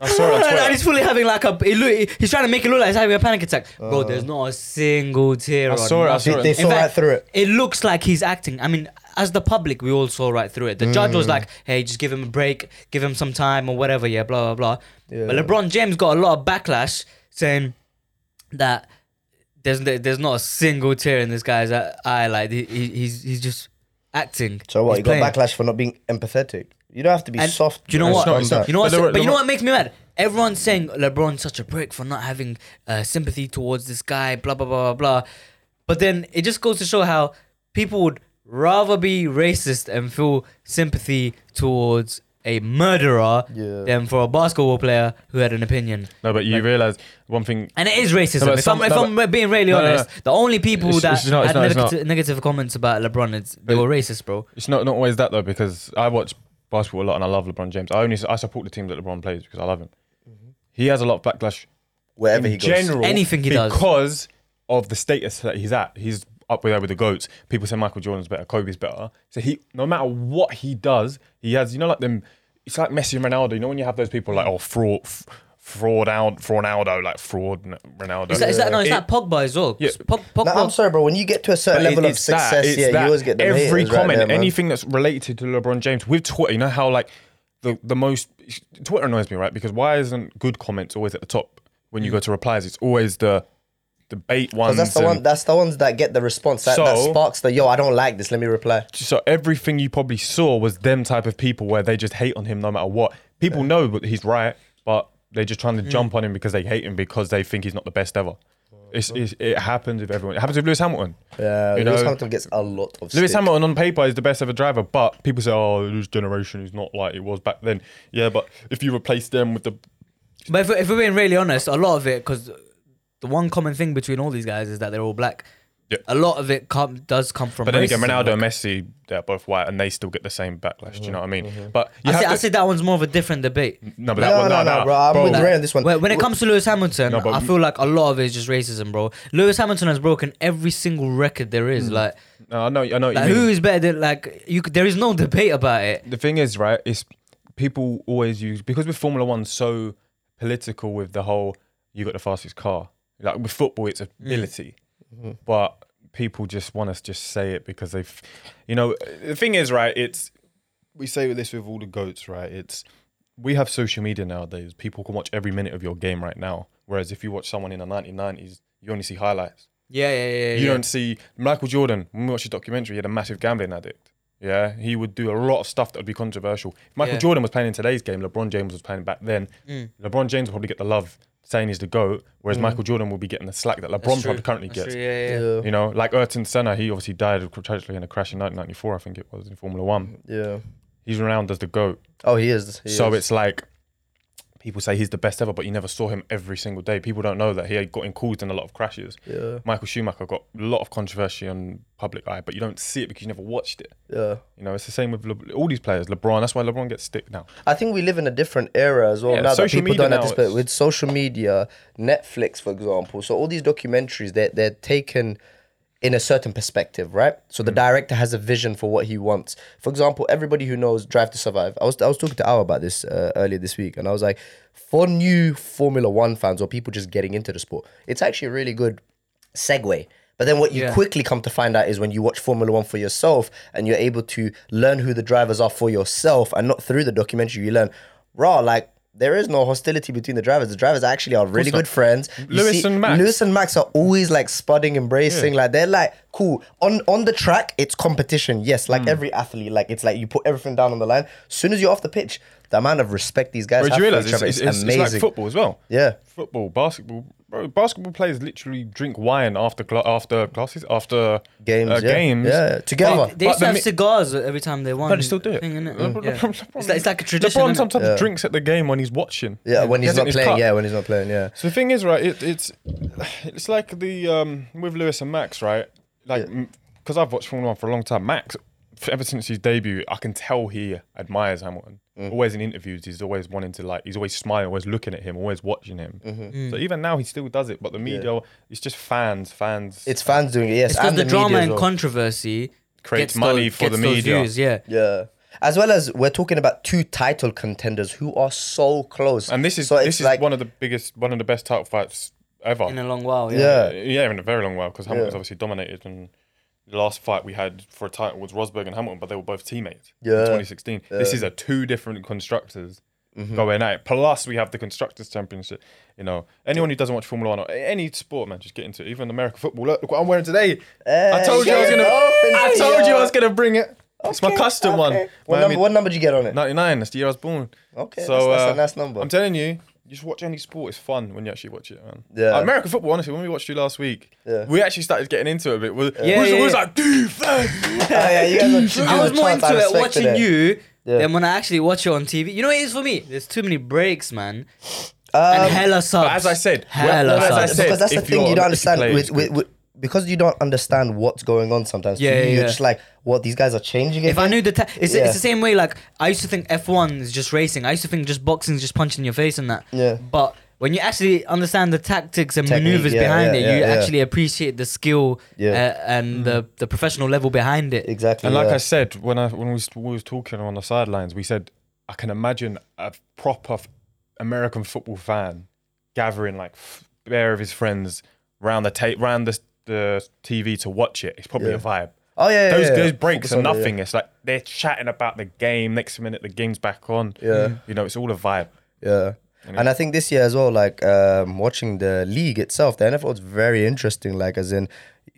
I saw it on
and
Twitter.
he's fully having like a. He look, he's trying to make it look like he's having a panic attack. Bro, there's not a single tear.
I
or
saw it. I
nothing.
saw
They,
it.
they
on-
Uh. saw right
fact-
through it.
It looks like he's acting. I mean, as the public, we all saw right through it. The judge
Mm.
was like, "Hey, just give him a break, give him some time, or whatever." Yeah, blah blah blah. But
Yeah.
LeBron James got a lot of backlash saying that there's there's not a single tear in this guy's eye. Like he, he- he's he's just acting.
So what?
He's
You got
playing.
backlash for not being empathetic. You don't have to be
And
soft.
Do you know
bro.
what?
not- it's not-
You know what?
But
But,
LeBron-
you know
LeBron-
what makes me mad? Everyone's saying LeBron's such a prick for not having uh, sympathy towards this guy. Blah blah blah blah blah. But then it just goes to show how people would rather be racist and feel sympathy towards a murderer
Yeah.
than for a basketball player who had an opinion.
No, but you realize one thing.
And it is racism.
No, but
if
some-
I'm, if
no,
I'm being really
No, no, no.
honest, the only people
It's-
that
it's not, it's
had
not, it's
negative,
not.
negative comments about LeBron, it's, they
But-
were racist, bro.
It's not, not always that, though, because I watch basketball a lot and I love LeBron James. I only I support the team that LeBron plays because I love him. He has a lot of backlash
Wherever he
in
goes.
general,
Mm-hmm. Anything he does.
because of the status that he's at. He's up there with the goats. People say Michael Jordan's better, Kobe's better. So he, no matter what he does, he has you know like them. It's like Messi and Ronaldo. You know when you have those people like oh fraud, f- fraud out, fraudaldo, like fraud N- Ronaldo.
Is that, is that no? Is
It-
that Pogba as well? 'Cause
Yeah.
Pog,
Nah,
Pogba,
I'm sorry, bro. When you get to a certain
but it-
level of
it's that,
success,
it's
yeah,
that.
you always get the
every
haters right
comment,
there, man.
anything that's related to LeBron James with Twitter. You know how like the the most Twitter annoys me, right? Because why isn't good comments always at the top when you go to replies? It's always the debate ones.
Because that's the
and-
one. That's the ones that get the response that, that
Mm, So-
sparks the yo. I don't like this. Let me reply.
so everything you probably saw was them type of people where they just hate on him no matter what. People
Mm.
know that he's right, but they're just trying to jump on him because they hate him because they think he's not the best ever. It's, it's, it happens with everyone. It happens with Lewis Hamilton.
Yeah,
You
Uh, Lewis
know-
Hamilton gets a lot of
Lewis
stick.
Hamilton on paper is the best ever driver, but people say, "Oh, this generation is not like it was back then." Yeah, but if you replace them with the
But if, if we're being really honest, a lot of it, because the one common thing between all these guys is that they're all black.
Yeah.
A lot of it come, does come from.
But then again,
racism.
Ronaldo and Messi, they're both white, and they still get the same backlash. Do you know what I mean? But you
I
have
see,
to, Mm.
I see that one's more of a different debate.
no, but
No,
that one,
no,
no,
no,
no,
bro, I'm with
bro.
Ray on this one.
When, when it
Wh-
comes to Lewis Hamilton,
No, but
I
we-
feel like a lot of it is just racism, bro. Lewis Hamilton has broken every single record there
Mm.
is. Like,
No, I know, I know. What
like
you mean.
who is better than like you? could- There is no debate about it.
the thing is, right? Is people always use because with Formula One so political with the whole you got the fastest car. Like with football, it's ability, but people just want us to just say it because they've, you know, the thing is, right? It's we say this with all the goats, right? It's we have social media nowadays. People can watch every minute of your game right now. Whereas if you watch someone in the 1990s, you only see highlights.
Yeah, yeah, yeah.
You don't see Michael Jordan. When we watched the documentary, he had a massive gambling addict. Yeah, he would do a lot of stuff that would be controversial. If Michael
Yeah. Mm.
Jordan was playing in today's game, LeBron James was playing back then. LeBron James would probably get the love saying he's the goat, whereas Michael Jordan will be getting the slack that LeBron probably currently gets.
Yeah, yeah.
Yeah,
You know, like Ayrton Senna, he obviously died tragically in a crash in 1994, I think it was in Formula
Mm.
One.
yeah.
He's renowned as the goat,
Oh, he is. he is.
so it's like people say he's the best ever, but you never saw him every single day. People don't know that he had gotten caused in a lot of crashes.
yeah,
Michael Schumacher got a lot of controversy on public eye, but you don't see it because you never watched it.
yeah.
You know, it's the same with Le- all these players. LeBron, that's why LeBron gets stick now.
I think we live in a different era as well
Yeah,
now that
social
people
media
don't
now
anticipate
is-
with social media, Netflix, for example. So all these documentaries, they're they're taken in a certain perspective, right? So the director has a vision for what he wants. For example, everybody who knows Drive to Survive, I was I was talking to Al about this uh, earlier this week, and I was like, for new Formula One fans or people just getting into the sport, it's actually a really good segue. But then what you
Yeah.
quickly come to find out is when you watch Formula One for yourself and you're able to learn who the drivers are for yourself and not through the documentary, you learn, raw, like there is no hostility between the drivers. The drivers actually are really good friends. You
Lewis and Max.
Lewis and Max are always like spudding, embracing. Like they're like cool on on the track. It's competition, yes.
Hmm.
Like every athlete, like it's like you put everything down on the line. As soon as you're off the pitch, the amount of respect these guys
But
have
you
for
realize
each
it's,
other
it's,
is
it's, it's
amazing.
like football as well.
Yeah.
Football, basketball. Bro, basketball players literally drink wine after cla- after classes, after
Games,
uh,
yeah.
games.
Yeah, together.
but
They used to
the
have
mi-
cigars every time they won.
No, they still do it.
Thing, innit?
LeBron-
Yeah.
LeBron- LeBron-
It's, like, it's like a tradition.
LeBron
innit?
sometimes drinks at the game when he's watching.
yeah, when
He
he's
has it in
not
his
playing,
cup.
yeah, when he's not playing, yeah.
So the thing is, right? It, it's it's like the um, with Lewis and Max, right? Like because I've watched Formula One for a long time. Max, f- ever since his debut, I can tell he admires Hamilton. Always in interviews, he's always wanting to like, he's always smiling, always looking at him, always watching him. So even now, he still does it. But the media, it's just fans, fans.
It's fans doing it, yes,
It's because
and
the,
the media
drama
as
and
well.
controversy
Creates
gets
money
those,
for the
gets those
media.
Views, yeah.
Yeah. As well as we're talking about two title contenders who are so close.
and this is
so
this is one of the biggest, one of the best title fights ever.
in a long while.
yeah.
Yeah.
uh, yeah, in a very long while because Hamilton's
Yeah.
obviously dominated. And the last fight we had for a title was Rosberg and Hamilton, but they were both teammates. in
Yeah. Mm-hmm.
2016. This is a two different constructors going at it. Plus, we have the constructors' championship. You know, anyone who doesn't watch Formula One or a- any sport, man, just get into it. Even American football. Look, look what I'm wearing today. I told you I
get
was gonna.
it off
I
and
told
see
you I
ya.
was gonna bring it. it's my
Okay, okay.
custom one.
What
Miami
number, what number did you get on it?
99. That's the year I was born. uh,
Okay, that's- that's a nice number.
I'm telling you, just watch any sport. It's fun when you actually watch it, man.
Yeah.
Uh, American football, honestly, when we watched you last week,
Yeah.
we actually started getting into it a bit. We,
Yeah,
we,
yeah,
we was
yeah.
like, defense.
Oh, yeah, you guys are
I was more into it watching you
Yeah.
than when I actually watch it on TV. You know what it is for me? There's too many breaks, man.
Um,
and hella subs.
as I said,
hella
well, as I
subs.
said,
because that's the
if
thing
you're
you
a
don't
Messi
understand
player,
with,
it's
with,
good.
with because you don't understand what's going on sometimes.
Yeah,
to you,
yeah,
you're
yeah.
just like, what these guys are changing.
if I
again?
knew the, ta- it's,
Yeah.
it's the same way. Like I used to think F1 is just racing. I used to think just boxing is just punching your face and that.
Yeah.
But when you actually understand the tactics and
Technique,
maneuvers
yeah,
behind
yeah,
it, you
yeah, yeah.
actually appreciate the skill
Yeah. Mm-hmm.
uh, and the, the professional level behind it.
exactly,
And like
yeah.
I said, when I when we was, we was talking on the sidelines, we said I can imagine a proper f- American football fan gathering like f- bare of his friends round the tape round the, the TV to watch it. It's probably a vibe.
oh yeah, yeah,
those
yeah,
those
yeah.
breaks
Focus
are
on it, yeah.
nothing. It's like they're chatting about the game. Next minute, the game's back on.
Yeah.
you know, it's all a vibe.
Yeah. And I think this year as well, like um, watching the league itself, the NFL is very interesting. Like, as in,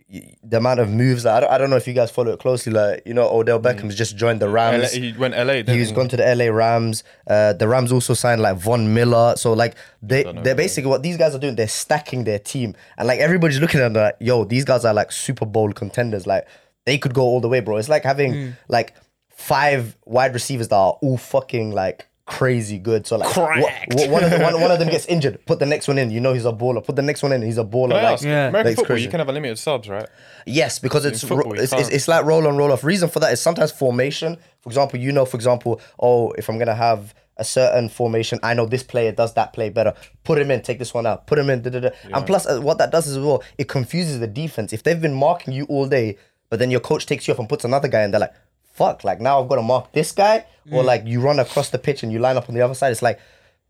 y- the amount of moves. Like, I don't, I don't know if you guys follow it closely. Like you know, Odell Beckham's just joined the
LA,
Rams.
Mm. he went LA. Didn't
He's
he?
gone to the LA Rams. Uh, the Rams also signed like Von Miller. So like they
know
they're basically what these guys are doing. They're stacking their team, and like everybody's looking at them like, yo, these guys are like Super Bowl contenders. Like they could go all the way, bro. It's like having like five wide receivers that are all fucking like crazy good. So like wh-
Cracked.
wh- one of them, one, one of them gets injured, put the next one in. You know he's a baller. Put the next one in. He's a baller.
Can I
Like,
ask,
Yeah.
American
Like, it's
football,
crazy.
you can have a limited subs, right?
Yes, because it's, ro-
football, you
it's, it's
can't.
it's like roll on roll off. Reason for that is sometimes formation. For example, you know, for example, oh, if I'm gonna have a certain formation, I know this player does that play better. Put him in, take this one out. Put him in. Da, da, da. And plus, uh, what that does as well, it confuses the defense. If they've been marking you all day, but then your coach takes you off and puts another guy, and they're like, "Fuck!" Like now I've got to mark this guy,
Mm.
or like you run across the pitch and you line up on the other side. It's like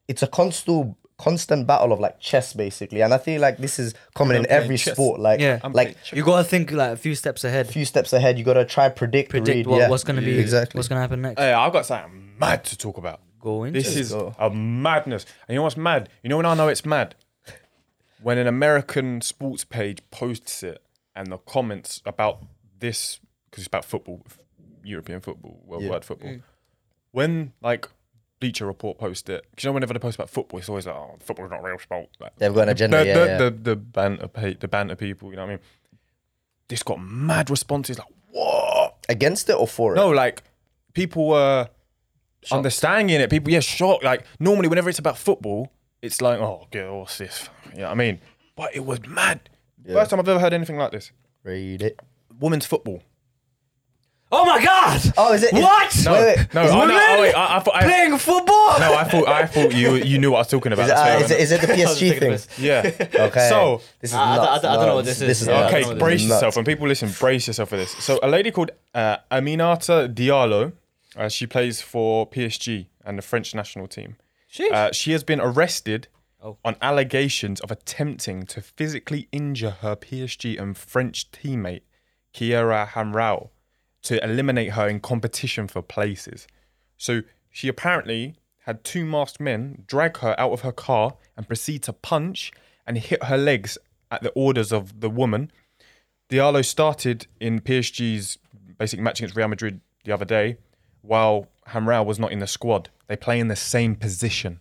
it's a constant constant battle of like chess basically and i feel like this is common in
playing
every
chess.
sport like
Yeah. I'm
like
You gotta think like a few steps ahead.
few steps ahead. You gotta try predict,
Predict
read,
what,
yeah.
what's gonna be
exactly.
what's gonna happen next.
Hey, I've got something mad to talk about.
Go into
This
it.
is
go.
a madness. And you know what's mad? You know when I know it's mad? When an American sports page posts it and the comments about this, because it's about football, f- European football, worldwide football. When, like, Bleacher Report post it, 'cause you know whenever they post about football, it's always like, oh, football's not real sport. Like,
They've got an agenda.
the,
yeah,
the,
yeah.
The, the banter pa- the banter people, you know what I mean? This got mad responses like, what?
Against it or for it?
No, like people were understanding it. People, yeah, shocked. Like normally, whenever it's about football, it's like, oh, girl, what's this? You know what I mean? But it was mad. First time I've ever heard anything like this.
Read it.
Women's football.
Oh my god!
Oh, is it? is-
What?
No,
Wait, wait.
no,
Is
oh,
it-
no, oh, wait, I, I thought, I,
Playing football?
no, I thought, I thought you, you knew what I was talking about.
is it,
That's
uh,
fair
is it- is
enough.
it the
I was taking
PSG
the
thing?
piss.
yeah.
Okay.
So,
this is uh,
I- I-
nuts.
I don't know
No,
what this is. Yeah, I
nuts.
don't know
okay,
what
brace
This is nuts.
yourself, and people listen, brace yourself for this. So, a lady called uh, Aminata Diallo, uh, she plays for PSG and the French national team.
Sheesh.
Uh, she has been arrested
Oh.
on allegations of attempting to physically injure her PSG and French teammate Kiera Hamrao to eliminate her in competition for places. So she apparently had two masked men drag her out of her car and proceed to punch and hit her legs at the orders of the woman. Diallo started in PSG's basic match against Real Madrid the other day, while Hamrao was not in the squad. They play in the same position.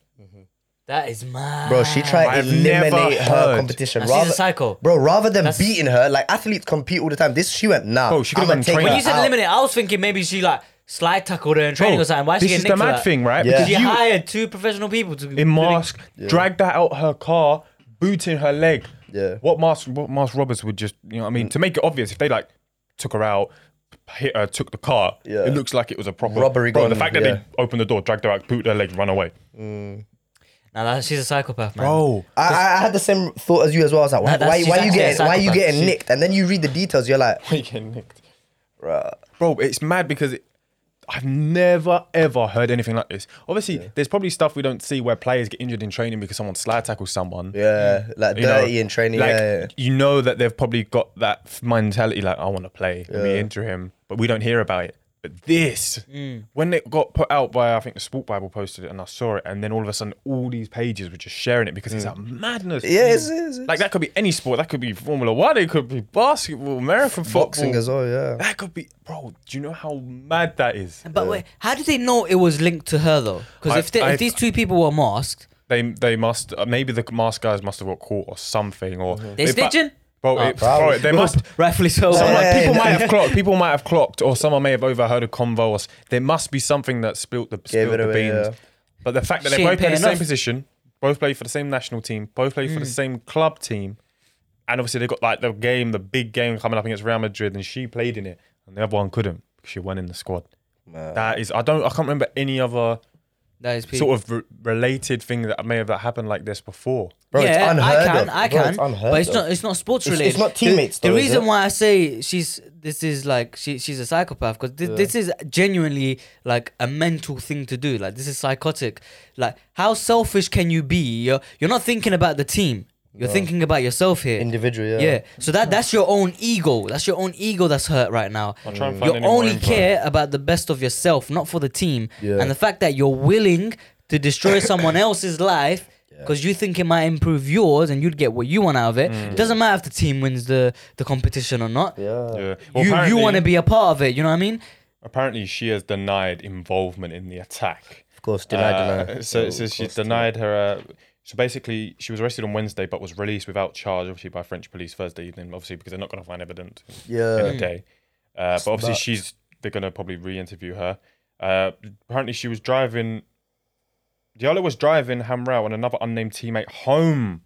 That is mad.
Bro, she
I
tried
have
to eliminate
never
her
heard.
competition.
That's- she's a
Rather-
psycho.
Bro, rather than
That's-
beating her, like athletes compete all the time. This she went nah.
Bro, she could've
I'ma
gone
take
training.
her
When you said
out.
eliminate, I was thinking maybe she like slide tackled her in training
Bro,
or something. Why is she
Oh, this is
getting
the
nicked for
mad
that?
thing, right?
Yeah.
Because
She
you
hired two professional people to be
in mask dragged her out her car, booting her leg.
Yeah. Mm.
What mask? What mask robbers would just you know what I mean to make it obvious if they like took her out. Hit her, took the car.
Yeah.
It looks like it was a proper
Robbery
Bro,
gone,
the fact that
yeah.
they opened the door, dragged her out, booted her leg, run away.
Now that she's a psychopath, man.
Bro,
I, I I had the same thought as you as well. I was like, why,
That- that's-
why,
she's
why you
actually a
getting, why you
psychopath.
getting
She-
nicked? And then you read the details, you're like,
we getting nicked.
bruh.
Bro, it's mad because it, I've never ever heard anything like this. Obviously, there's probably stuff we don't see where players get injured in training because someone slide tackles someone.
yeah, like
you know,
dirty and training.
Like
yeah, yeah.
you know that they've probably got that f- mentality, like I want to play, let me injure him, but we don't hear about it. But this, when it got put out by, I think the Sport Bible posted it, and I saw it, and then all of a sudden, all these pages were just sharing it because it's
Mm.
like madness.
Yeah, it's- it's- it's-
like that could be any sport. That could be Formula One. It could be basketball, American football,
boxing as well, yeah.
That could be, bro. Do you know how mad that is?
But wait, how did they know it was linked to her though? Because
I-
if, they-
I-
if these two people were masked,
They they must uh, maybe the mask guys must have got caught or something or
Mm-hmm. They snitching?
Bro,
Oh.
Ah,
it, bro, they must.
rightfully so.
Someone,
Yeah,
people
yeah,
might have clocked. People might have clocked, or someone may have overheard a convo. Or s- there must be something that spilt the spilt
it
the
away,
beans.
yeah.
But the fact that they
She ain't
both play the
paying
same
off. Hmm.
position, both play for the same national team, both play for the same club team, and obviously they got like the game, the big game coming up against Real Madrid, and she played in it, and the other one couldn't because she went in the squad. That is, I don't, I can't remember any other
that is people.
sort of re- related thing that may have that happened like this before.
Bro,
yeah,
it's unheard
I
of.
can, I
Bro,
can,
it's unheard
but it's
of.
not. It's not sports
It's-
related.
it's not teammates
The,
though,
the
is
reason
it?
why I say she's this is like she she's a psychopath because this, this is genuinely like a mental thing to do. Like this is psychotic. Like how selfish can you be? You're you're not thinking about the team. You're thinking about yourself here.
Individual, yeah.
Yeah. So that that's your own ego. That's your own ego that's hurt right now.
I'll try and
Mm. You
find any more
only
info.
care about the best of yourself, not for the team.
Yeah.
And the fact that you're willing to destroy someone else's life because you think it might improve yours and you'd get what you want out of it. It doesn't matter if the team wins the the competition or not.
Yeah.
Yeah. Well,
You you
apparently-
want to be a part of it. You know what I mean?
Apparently, she has denied involvement in the attack.
Of course, deny,
Uh,
deny.
So, so
of
she
course, deny.
denied her. Uh, so basically, she was arrested on Wednesday, but was released without charge, obviously by French police Thursday evening, obviously because they're not going to find evidence in
Yeah.
a day. Uh, but obviously,
nuts.
she's they're going to probably re-interview her. Uh, apparently, she was driving. Diallo was driving Hamrao and another unnamed teammate home.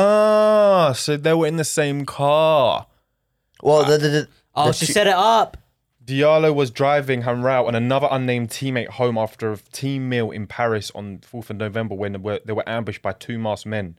Ah, so they were in the same car.
Well, the, the, the,
Oh,
the
she
chi-
set it up.
Diallo was driving Hamrao and another unnamed teammate home after a team meal in Paris on 4th of November when they were, they were ambushed by two masked men.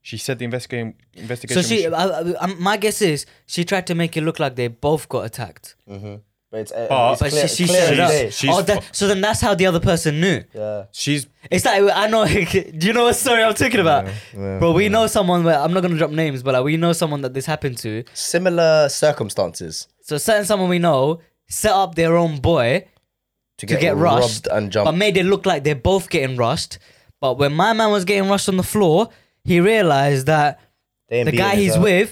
She said the investigating
So
investigation.
she, uh,
was-
I, I, I'm- my guess is she tried to make it look like they both got attacked.
But, it's, uh,
But-
it's
But
clear,
she, she
it's clear
set
as
it up.
day.
She's- she's
oh, that,
fu-
so then that's how the other person knew.
Yeah.
she's
It's like I know. Do you know what story I'm talking about, bro? We know someone. Where, I'm not gonna drop names, but like we know someone that this happened to.
Similar circumstances
So certain someone we know set up their own boy
to
to
get,
get, rushed
robbed and
but
jumped.
made it look like they're both getting rushed. But when my man was getting rushed on the floor, he realized that
They ain't
the guy
beating
he's
us up.
with,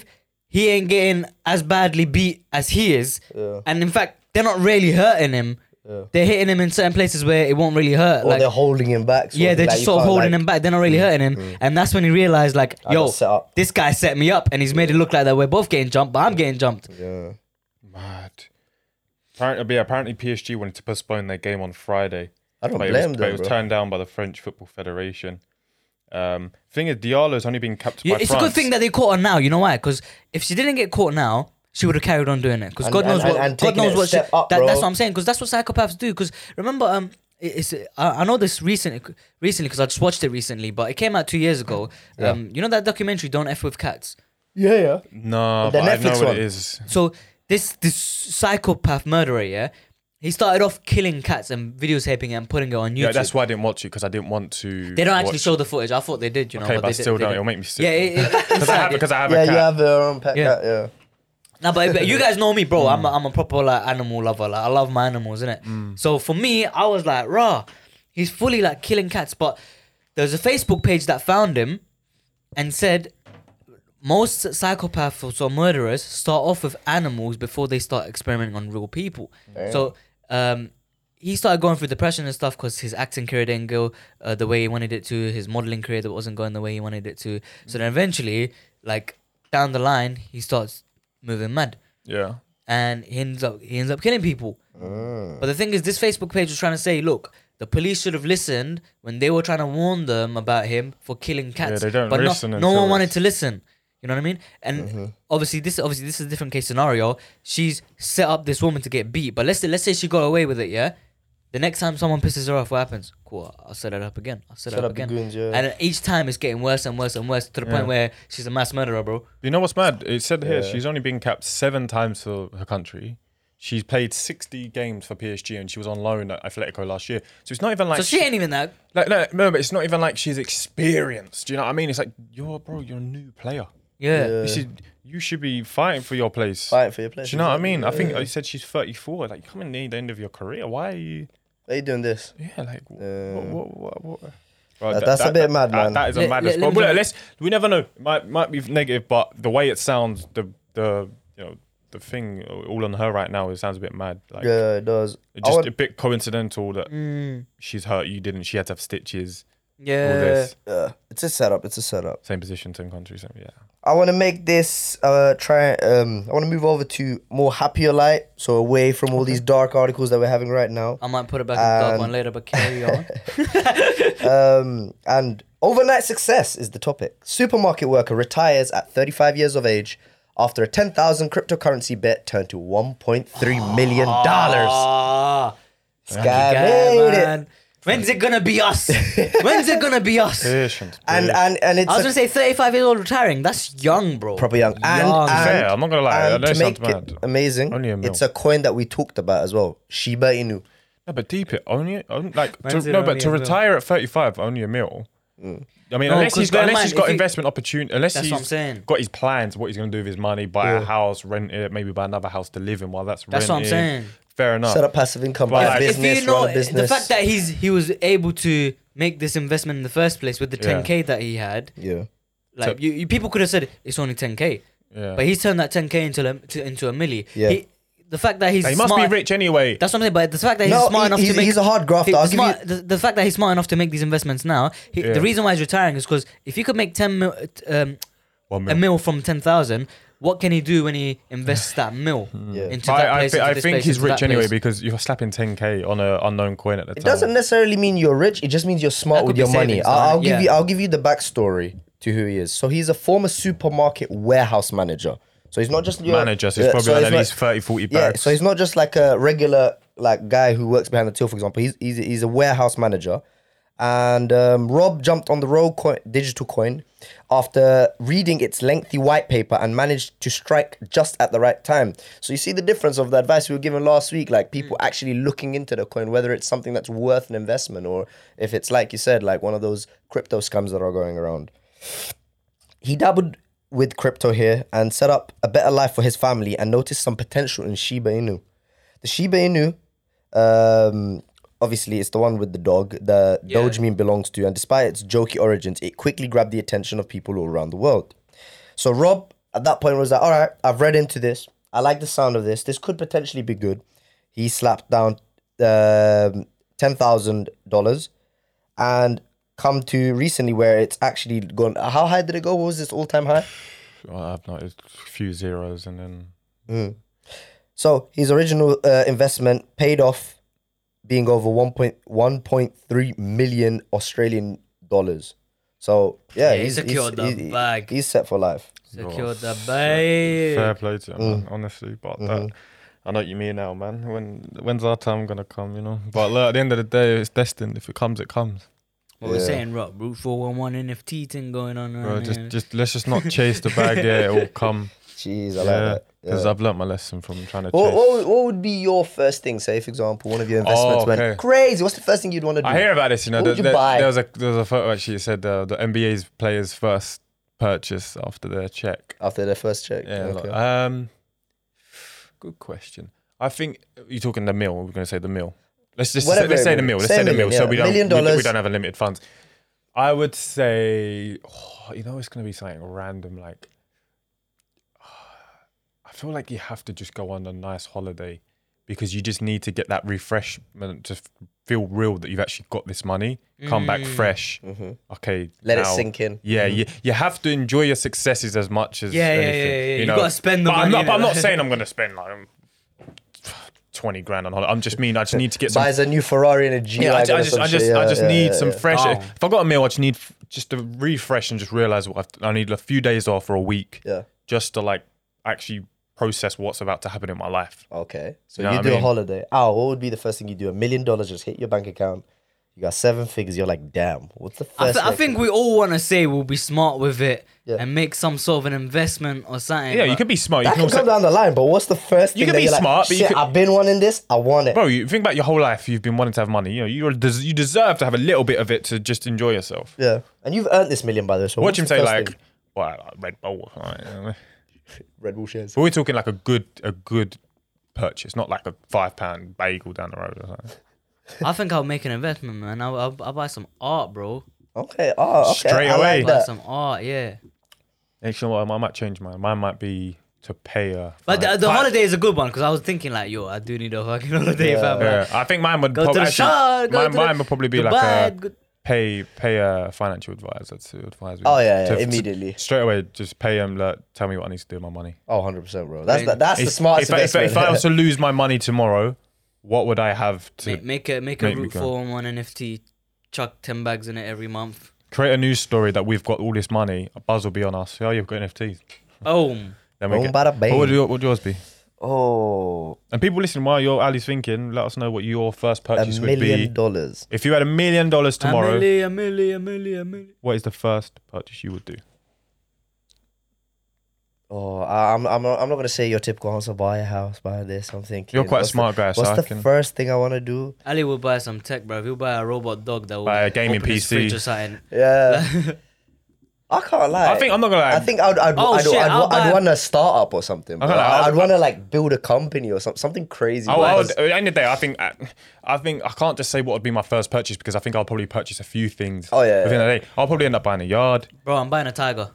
he ain't getting as badly beat as he is.
Yeah.
And in fact, they're not really hurting him. They're hitting him in certain places where it won't really hurt.
Or
like
they're holding him back. sort
yeah,
of,
they're
like,
just
you
sort of
can't,
holding
like- Mm,
him back. They're not really hurting him. And that's when he realized, like,
I
yo,
got set up.
this guy set me up and he's made it look like that we're both getting jumped, but I'm getting jumped.
Yeah.
mad. Apparently, yeah, apparently PSG wanted to postpone their game on Friday.
I don't
but it
blame them,
was, But it was
bro.
turned down by the French Football Federation. Um, thing is, Diallo's only been kept
Yeah,
by
it's
France.
a good thing that they caught her now. You know why? Because if she didn't get caught now, she would have carried on doing it. Because
And-
God knows
and-
what.
and- and
God
taking
knows
it a
what. She,
step up,
that,
bro.
that's what I'm saying. Because that's what psychopaths do. Because remember, um, it- it's I, I know this recent recently because I just watched it recently, but it came out two years ago. Um, you know that documentary, "Don't F with Cats."
Yeah, yeah.
no,
The
but I know
Netflix
what
one.
it is.
So this this psychopath murderer, yeah, he started off killing cats and videotaping it and putting it on YouTube.
Yeah, that's why I didn't watch it because I didn't want to.
they don't actually
watch-
show the footage. I thought they did, you know.
Okay, but I
they
still
did,
don't.
they did.
It'll make me sick.
Yeah, it, it, it's
Because I have,
sad.
because I have
Yeah,
a
you
cat.
have your own pet
Yeah.
cat, yeah.
No, but, but you guys know me, bro. I'm a,
Hmm.
I'm a proper like animal lover. Like I love my animals, innit? So for me, I was like, rah, he's fully like killing cats. But there's a Facebook page that found him and said most psychopaths or murderers start off with animals before they start experimenting on real people. So um, he started going through depression and stuff because his acting career didn't go uh, the way he wanted it to. His modeling career that wasn't going the way he wanted it to. So then eventually, like down the line, he starts moving mad
Yeah.
and he ends up he ends up killing people. But the thing is, this Facebook page was trying to say, look, the police should have listened when they were trying to warn them about him for killing cats.
they don't
but no-
listen
no,
until
one wanted
it's-
to listen. You know what I mean? And obviously, this obviously this is a different case scenario. She's set up this woman to get beat, but let's say, let's say she got away with it, yeah. The next time someone pisses her off, what happens? Cool, I'll set it up again. I'll set,
Set
it up,
up the
again.
goons, yeah.
And each time it's getting worse and worse and worse to the point where she's a mass murderer, bro.
You know what's mad? It said here
Yeah.
she's only been capped seven times for her country. She's played 60 games for PSG and she was on loan at Atletico last year. So it's not even like
So she ain't even that
Like, no, no, but it's not even like she's experienced. Do you know what I mean? It's like you're, bro, you're a new player.
yeah.
This is, you should be fighting for your place.
Fighting for your place.
Do you know what I mean? I think I said she's 34. Like, you're coming near the end of your career. Why are you?
They doing this.
Yeah, like what, what, what, what? Right,
That- that's a bit mad,
that-
man.
that is a
Let-
madness.
let-
But
let me-
well, let's- we never know. Might might be negative, but the way it sounds, the the you know the thing all on her right now, it sounds a bit mad. Like
Yeah, it does.
it
I
just
would-
a bit coincidental that she's hurt, you didn't. She had to have stitches.
Yeah.
All this
yeah, it's a setup. It's a setup.
same position, same country, same yeah.
I want to make this uh try. Um, I want to move over to more happier light, so away from all these dark articles that we're having right now.
I might put it back in the dark
Um,
one later, but carry on.
Um, and overnight success is the topic. Supermarket worker retires at 35 years of age after a 10,000 cryptocurrency bet turned to 1.3 million dollars.
Ah,
Sky
yeah,
made it.
man. When's it gonna be us? When's it gonna be us? I
Patient.
And and and it's
was
a-
gonna say 35 years old retiring. That's young, bro.
proper young. And,
Young.
and-
Fair, I'm not gonna lie,
and
that
to
sounds
make
mad.
it amazing,
Only a mil.
it's a coin that we talked about as well. Shiba Inu.
no, but deep it only, only like to,
Mine's
no,
only
but to
a mil.
retire at 35 only a mil.
Mm.
I mean,
No,
unless
'cause
he's
bear
got,
in
unless
mind,
he's got
if he-
investment opportunity, unless
That's
he's
what I'm saying.
got his plans, what he's going to do with his money, buy a house, rent it, maybe buy another house to live in while that's
That's what I'm
rented,
saying.
fair enough.
Set up passive income,
Well,
buy a
like-
if
business,
you know
run a business.
the fact that he's he was able to make this investment in the first place with the
Yeah.
10k that he had,
yeah.
like you, you people could have said it's only 10k,
Yeah.
but he's turned that 10k into a, to, into a milli.
Yeah.
He, the fact that he's
he must be
smart-
rich anyway.
That's what I'm saying. But the fact that he's
No,
smart
he-
enough
he's-
to make
he's a hard grafter,
the
I'll give
smart- the, the fact that he's smart enough to make these investments now, he,
Yeah.
the reason why he's retiring is because if you could make ten mil, um,
One
a
mil.
mil from ten thousand, what can he do when he invests that mil
Yeah.
into
But
that
I, I,
place?
thi-
into
I
this
think
place,
he's
into that
rich anyway
place?
because you're slapping 10k on an unknown coin at the time.
It doesn't necessarily mean you're rich. It just means you're smart
That
with
could
your
be
money.
savings,
I'll, I'll
right?
give
Yeah.
you. I'll give you the backstory to who he is. So he's a former supermarket warehouse manager. So he's not just your,
Manager, so he's
Yeah,
probably
so
had
he's
at
not-
least 30, 40
Yeah,
bags.
so he's not just like a regular like guy who works behind the till, for example. He's he's, he's a warehouse manager, and um, Rob jumped on the roll coin, digital coin after reading its lengthy white paper and managed to strike just at the right time. So you see the difference of the advice we were given last week, like people actually looking into the coin, whether it's something that's worth an investment or if it's like you said, like one of those crypto scams that are going around he dabbled with crypto here and set up a better life for his family and noticed some potential in Shiba Inu. The Shiba Inu, um, obviously, it's the one with the dog that
Yeah.
Doge meme belongs to, and despite its jokey origins, it quickly grabbed the attention of people all around the world. So Rob, at that point, was like, "All right, I've read into this. I like the sound of this. This could potentially be good." He slapped down um, ten thousand dollars and come to recently where it's actually gone. How high did it go? What was this all time high?
Well, I've not, it's a few zeros and then.
So his original uh, investment paid off being over 1.1.3 million Australian dollars. So yeah,
Yeah, he secured the
he-
bag.
He's set for life.
Secured the
Oh, Fair
bag.
play to him,
Mm.
man, honestly. But
Mm-hmm.
that, I know what you mean now, man. When when's our time gonna come? You know. But look, at the end of the day, it's destined. If it comes, it comes.
What we're
Yeah.
saying, Rob, Route 411 NFT thing going on.
Bro,
Right
just
now.
just let's just not chase the bag. Yeah, it will come.
Jeez, I
Yeah,
like that.
because
Yeah.
I've learnt my lesson from trying to
What,
chase.
what, would- what would be your first thing? Say, for example, one of your investments
Oh, okay.
went crazy. What's the first thing you'd want to do?
I hear about this. You know,
What
there,
would you buy?
there- there was a there was a photo actually. It said uh, the NBA's players' first purchase after their check.
after their first check.
Yeah. like,
Okay.
um. Good question. I think you're talking the mill. We're gonna say the mill. Let's just
Whatever
let's
it
say the
is.
mill. Let's
Say
say the
million,
mill. So
yeah.
we don't
Million
we- we
dollars.
don't have unlimited funds. I would say, oh, you know, it's gonna be something random. Like, I feel like you have to just go on a nice holiday because you just need to get that refreshment to f- feel real that you've actually got this money. Come back fresh. Okay,
Mm. Mm-hmm. Let it
now-
sink in. Mm-hmm.
Yeah, you, you have to enjoy your successes as much as
Yeah, yeah,
anything.
yeah, yeah.
You,
You
know?
gotta spend the
but
money,
I'm not, but I'm
innit?
not saying I'm gonna spend like um, twenty grand on holiday. I'm just mean I just need to get some
Buys a new Ferrari and a G.
yeah, I, ju- I just, I just, I just need some fresh.
Wow.
If I got a meal, I just need f- just to refresh and just realize what I've, I need a few days off or a week,
Yeah.
just to like actually process what's about to happen in my
Oh,
life.
Okay. So
You know
you,
what I
do
mean?
a holiday. Oh, what would be the first thing you do? A million dollars just hit your bank account. You got seven figures. You're like, damn, what's the first
I, th- I
next
think
thing?
we all want to say we'll be smart with it
Yeah.
and make some sort of an investment or something.
Yeah, you
but-
could be smart. You
that
can
can
also,
come down the line, but what's the first thing
You can
that
be
you're
smart,
like,
but you
shit,
could-
I've been wanting this. I want it.
bro. You think about your whole life. You've been wanting to have money. You know, you des- you deserve to have a little bit of it to just enjoy yourself.
Yeah. And you've earned this million, by the way. So
Watch
what's
him
the
say
first
like,
thing?
well, I like Red Bull. all right, you know what I mean?
Red Bull shares.
But we're talking like a good, a good purchase, not like a five pound bagel down the road or something.
I think I'll make an investment, man. I'll, I'll, I'll buy some art, bro.
Okay. Oh, okay.
Straight
I
away.
like
Buy
that.
some art, yeah.
Actually, well, I might change mine. Mine might be to pay a.
But the,
fine.
the holiday is a good one because I was thinking like, yo, I do need a fucking holiday if
Yeah.
I'm
Yeah, Uh, I think mine would
Go to
probably
the shop, go
mine,
to the-
mine would probably be
the
like a
bad, good-
pay pay a financial advisor to advise me.
Oh, yeah, yeah,
to- to-
immediately.
straight away, just pay him. Like, tell me what I need to do with my money.
Oh, 100%, bro. That's,
Right.
the, that's the
If-
smartest
if, I- if, I-
investment.
if I was to lose my money tomorrow, what would I have to
make, make a make a
Make me
root
go.
form on NFT, chuck ten bags in it every month.
create a news story that we've got all this money? A buzz will be on us. Oh, you've got NFTs.
Boom.
Then we
Boom,
get.
bada bing.
What would, your, what would yours be?
oh,
And people listen while you're Ali's thinking. Let us know what your first
a
purchase would be.
million dollars.
If you had a million dollars tomorrow,
A milli, a milli, a milli, a milli.
what is the first purchase you would do?
Oh, I- I'm, I'm, not- I'm not going to say your typical answer buy a house, buy this. I'm thinking.
You're quite a
what's the-
smart guy, so
What's
I
the
can.
first thing I want to do?
Ali will buy some tech, bro. He'll buy a robot dog that will
Buy a gaming
open his
PC.
fridge or something.
Yeah. I can't lie.
I think I'm not gonna lie.
I think I'd I'd,
Oh,
I'd,
shit,
I'd,
I'll
I'd,
buy-
want a startup or something. bro.
gonna lie,
I'd,
I'll-
want to like build a company or something something crazy.
I,
bro,
I would,
'cause-
at the end of the day, I think I, I think I can't just say what would be my first purchase because I think I'll probably purchase a few things.
Oh, yeah,
Within the day, I'll probably end up buying a yard.
Bro, I'm buying a tiger.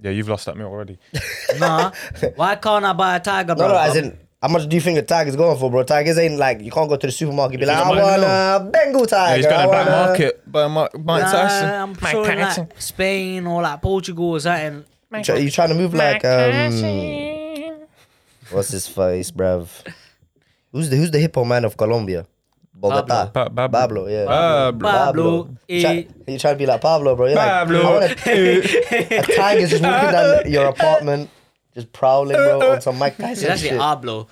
Yeah, you've lost at me already.
Nah. why can't I buy a tiger, bro?
no, no, as in. How much do you think a tiger's going for, bro? Tigers ain't like you can't go to the supermarket and be like,
Because
I
I'm like,
want a Bengal
Yeah,
tiger.
he's going
I
back
want a-"
market, but Mike, Mike
Nah,
Tyson.
Uh, I'm
Mike
sure in,
Tyson.
like Spain or like Portugal or something.
You try- You trying to move like um, what's his face, bruv? Who's the who's the hippo man of Colombia? Bogota.
Pa- Pablo.
Pablo, yeah.
Pablo.
Pablo.
You try- you trying to be like Pablo, bro? You're like, I
Pablo.
want a A tiger's just walking down your apartment, just prowling, bro,
Uh,
on some Mike
It's
Tyson
actually
shit.
Pablo.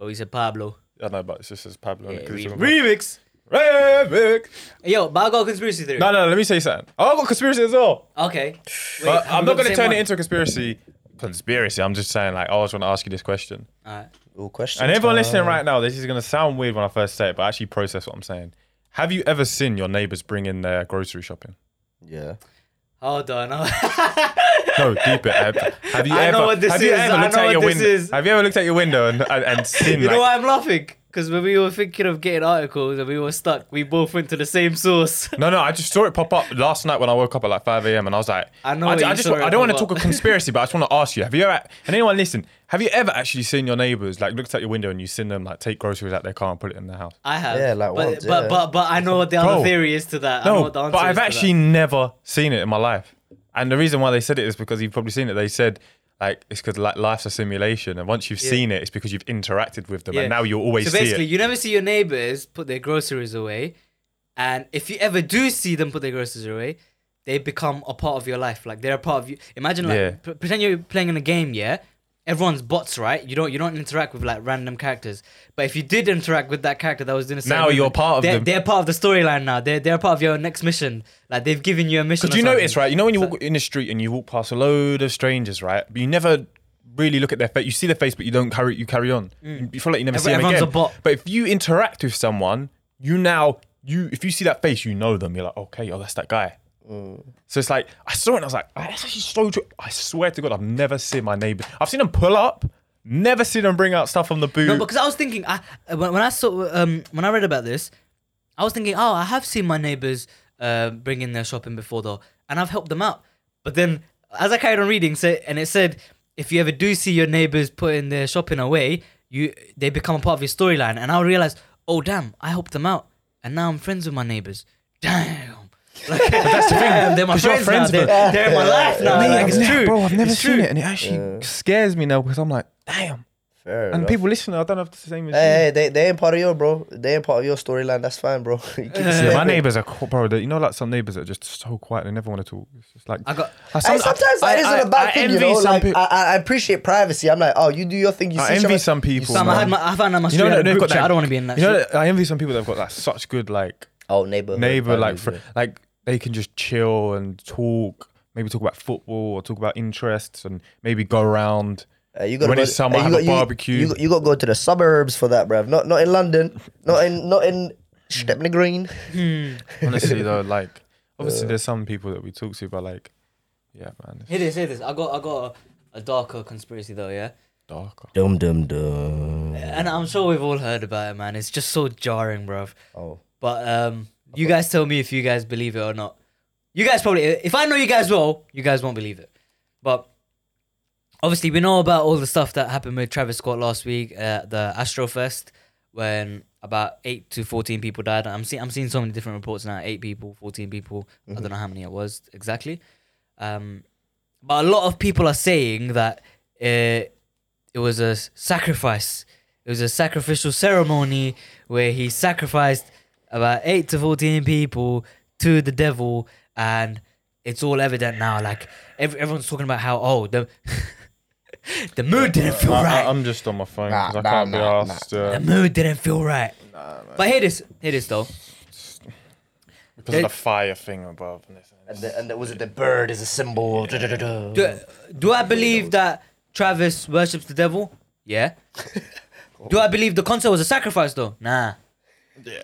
Oh, he said Pablo.
I know, but it's just as Pablo.
Yeah,
because it's
re-
remembered.
remix.
Remix.
Yo, but I got a conspiracy theory.
No, no, let me say something. Oh, I've got conspiracy as well.
Okay. Wait,
But
have
I'm not
we got the
going to
same
turn
one?
it into a conspiracy. Conspiracy. I'm just saying, like, I always want to ask you this question.
Alright.
Ooh, question.
And everyone
time.
listening right now, this is going to sound weird when I first say it, but actually process what I'm saying. Have you ever seen your neighbors bring in their grocery shopping?
Yeah.
Hold on.
No, deep it. Have, have you
I
ever?
know what this
have you
is,
ever
I
looked
know
out
what
your
this
window?
is.
Have you ever looked out your window and and, and seen
you
like?
know why I'm laughing? Because when we were thinking of getting articles and we were stuck, we both went to the same source.
No, no, I just saw it pop up last night when I woke up at like 5 a.m. and I was like,
I know
I,
you
I just,
saw it
I don't want to
pop
talk
up.
a conspiracy, but I just want to ask you, have you ever, and anyone listen, have you ever actually seen your neighbors like looked out your window and you seen them like take groceries out their car and put it in their house?
I have.
Yeah, like
but,
once,
but,
yeah.
but but I know what the other
Bro.
theory is to that. I know
No,
what the answer
but I've
is to
actually
that.
never seen it in my life. And the reason why they said it is because you've probably seen it. They said like it's because like life's a simulation, and once you've seen it, it's because you've interacted with them,
Yeah.
and now you'll always
so
see
basically,
it.
you never see your neighbors put their groceries away, and if you ever do see them put their groceries away, they become a part of your life. Like they're a part of you. Imagine like
Yeah.
p- pretend you're playing in a game, yeah. Everyone's bots, right? You don't you don't interact with like random characters. But if you did interact with that character that was doing the same
Now you're
movement,
part of
they're,
them.
They're part of the storyline now. They're they're part of your next mission. Like they've given you a mission.
Because
or
you notice,
something.
right? You know when you
So-
walk in the street and you walk past a load of strangers, right? But you never really look at their face. You see their face, but you don't carry. You carry on. You feel like you never
Every-
see them
everyone's
again.
a bot.
But if you interact with someone, you now you if you see that face, you know them. You're like, okay, oh, that's that guy. So it's like I saw it and I was like, "Ah, that's actually so true. I swear to God, I've never seen my neighbor. I've seen them pull up, never seen them bring out stuff from the boot.
No, because I was thinking, I when, when I saw um, when I read about this, I was thinking, oh, I have seen my neighbors uh, bring in their shopping before though, and I've helped them out. But then, as I carried on reading, so, and it said, if you ever do see your neighbors putting their shopping away, you they become a part of your storyline, and I realized, oh damn, I helped them out, and now I'm friends with my neighbors. Damn. Like, that's the thing. They're my
you're
friends,
friends
now.
with
They're, they're in my life now.
Me,
Like,
I've
it's
ne-
true.
bro, I've never
It's
seen
true.
it, and it actually scares me now because I'm like, damn.
Fair
And
enough.
people listening, I don't know if it's the same as you.
Hey, hey, they, they ain't part of your, bro. They ain't part of your storyline. That's fine, bro. You keep
Yeah, my
stepping.
neighbours are qu- bro. they- You know, like some neighbours are just so quiet. They never want to talk. It's just like
I got-
Hey, sometimes that not a bad
I
thing, you
envy
know.
Some
Like,
people.
I, I- I appreciate privacy. I'm like, oh, you do your thing. You
I
see
envy
someone-
some
you see-
people,
Damn, I had my, I found out my
you know,
story.
that they've got
I
that-
don't want to be in that.
You know,
shit.
that- I envy some people that've got like such good like
Oh, neighbor.
neighbour, like fr- like they can just chill and talk. Maybe talk about football or talk about interests and maybe go around.
Uh, you gotta
When
go,
it's summer,
uh, you
have
got-
a
you- you-
barbecue.
You, got- you got to go to the suburbs for that, bruv. Not not in London. Not in not in Stepney Green.
Honestly, though, like
uh,
obviously there's some people that we talk to, but like, yeah, man, it's
Hear this, hear this. I got, I got a, a darker conspiracy though, yeah.
darker.
Dum dum dum.
And I'm sure we've all heard about it, man. It's just so jarring, bruv.
Oh,
But um, you guys tell me if you guys believe it or not. You guys probably, if I know you guys will, you guys won't believe it. But obviously, we know about all the stuff that happened with Travis Scott last week at the Astrofest when about eight to fourteen people died. I'm seeing, I'm seeing so many different reports now. Eight people, fourteen people. I don't know how many it was exactly. Um, but a lot of people are saying that uh, it was a s- sacrifice. It was a sacrificial ceremony where he sacrificed about eight to fourteen people to the devil, and it's all evident now. Like ev everyone's talking about how oh the the mood didn't feel
I,
right.
I, am just on my phone
Nah,
because I
nah,
can't be
nah,
asked. uh,
the mood didn't feel right. but hear this, hear this though.
Because of the fire thing above. And this,
and, the, and the, was it the bird is a symbol? Da, da, da, da.
Do, do I believe that Travis worships the devil? Yeah. Do I believe the concert was a sacrifice though? Nah.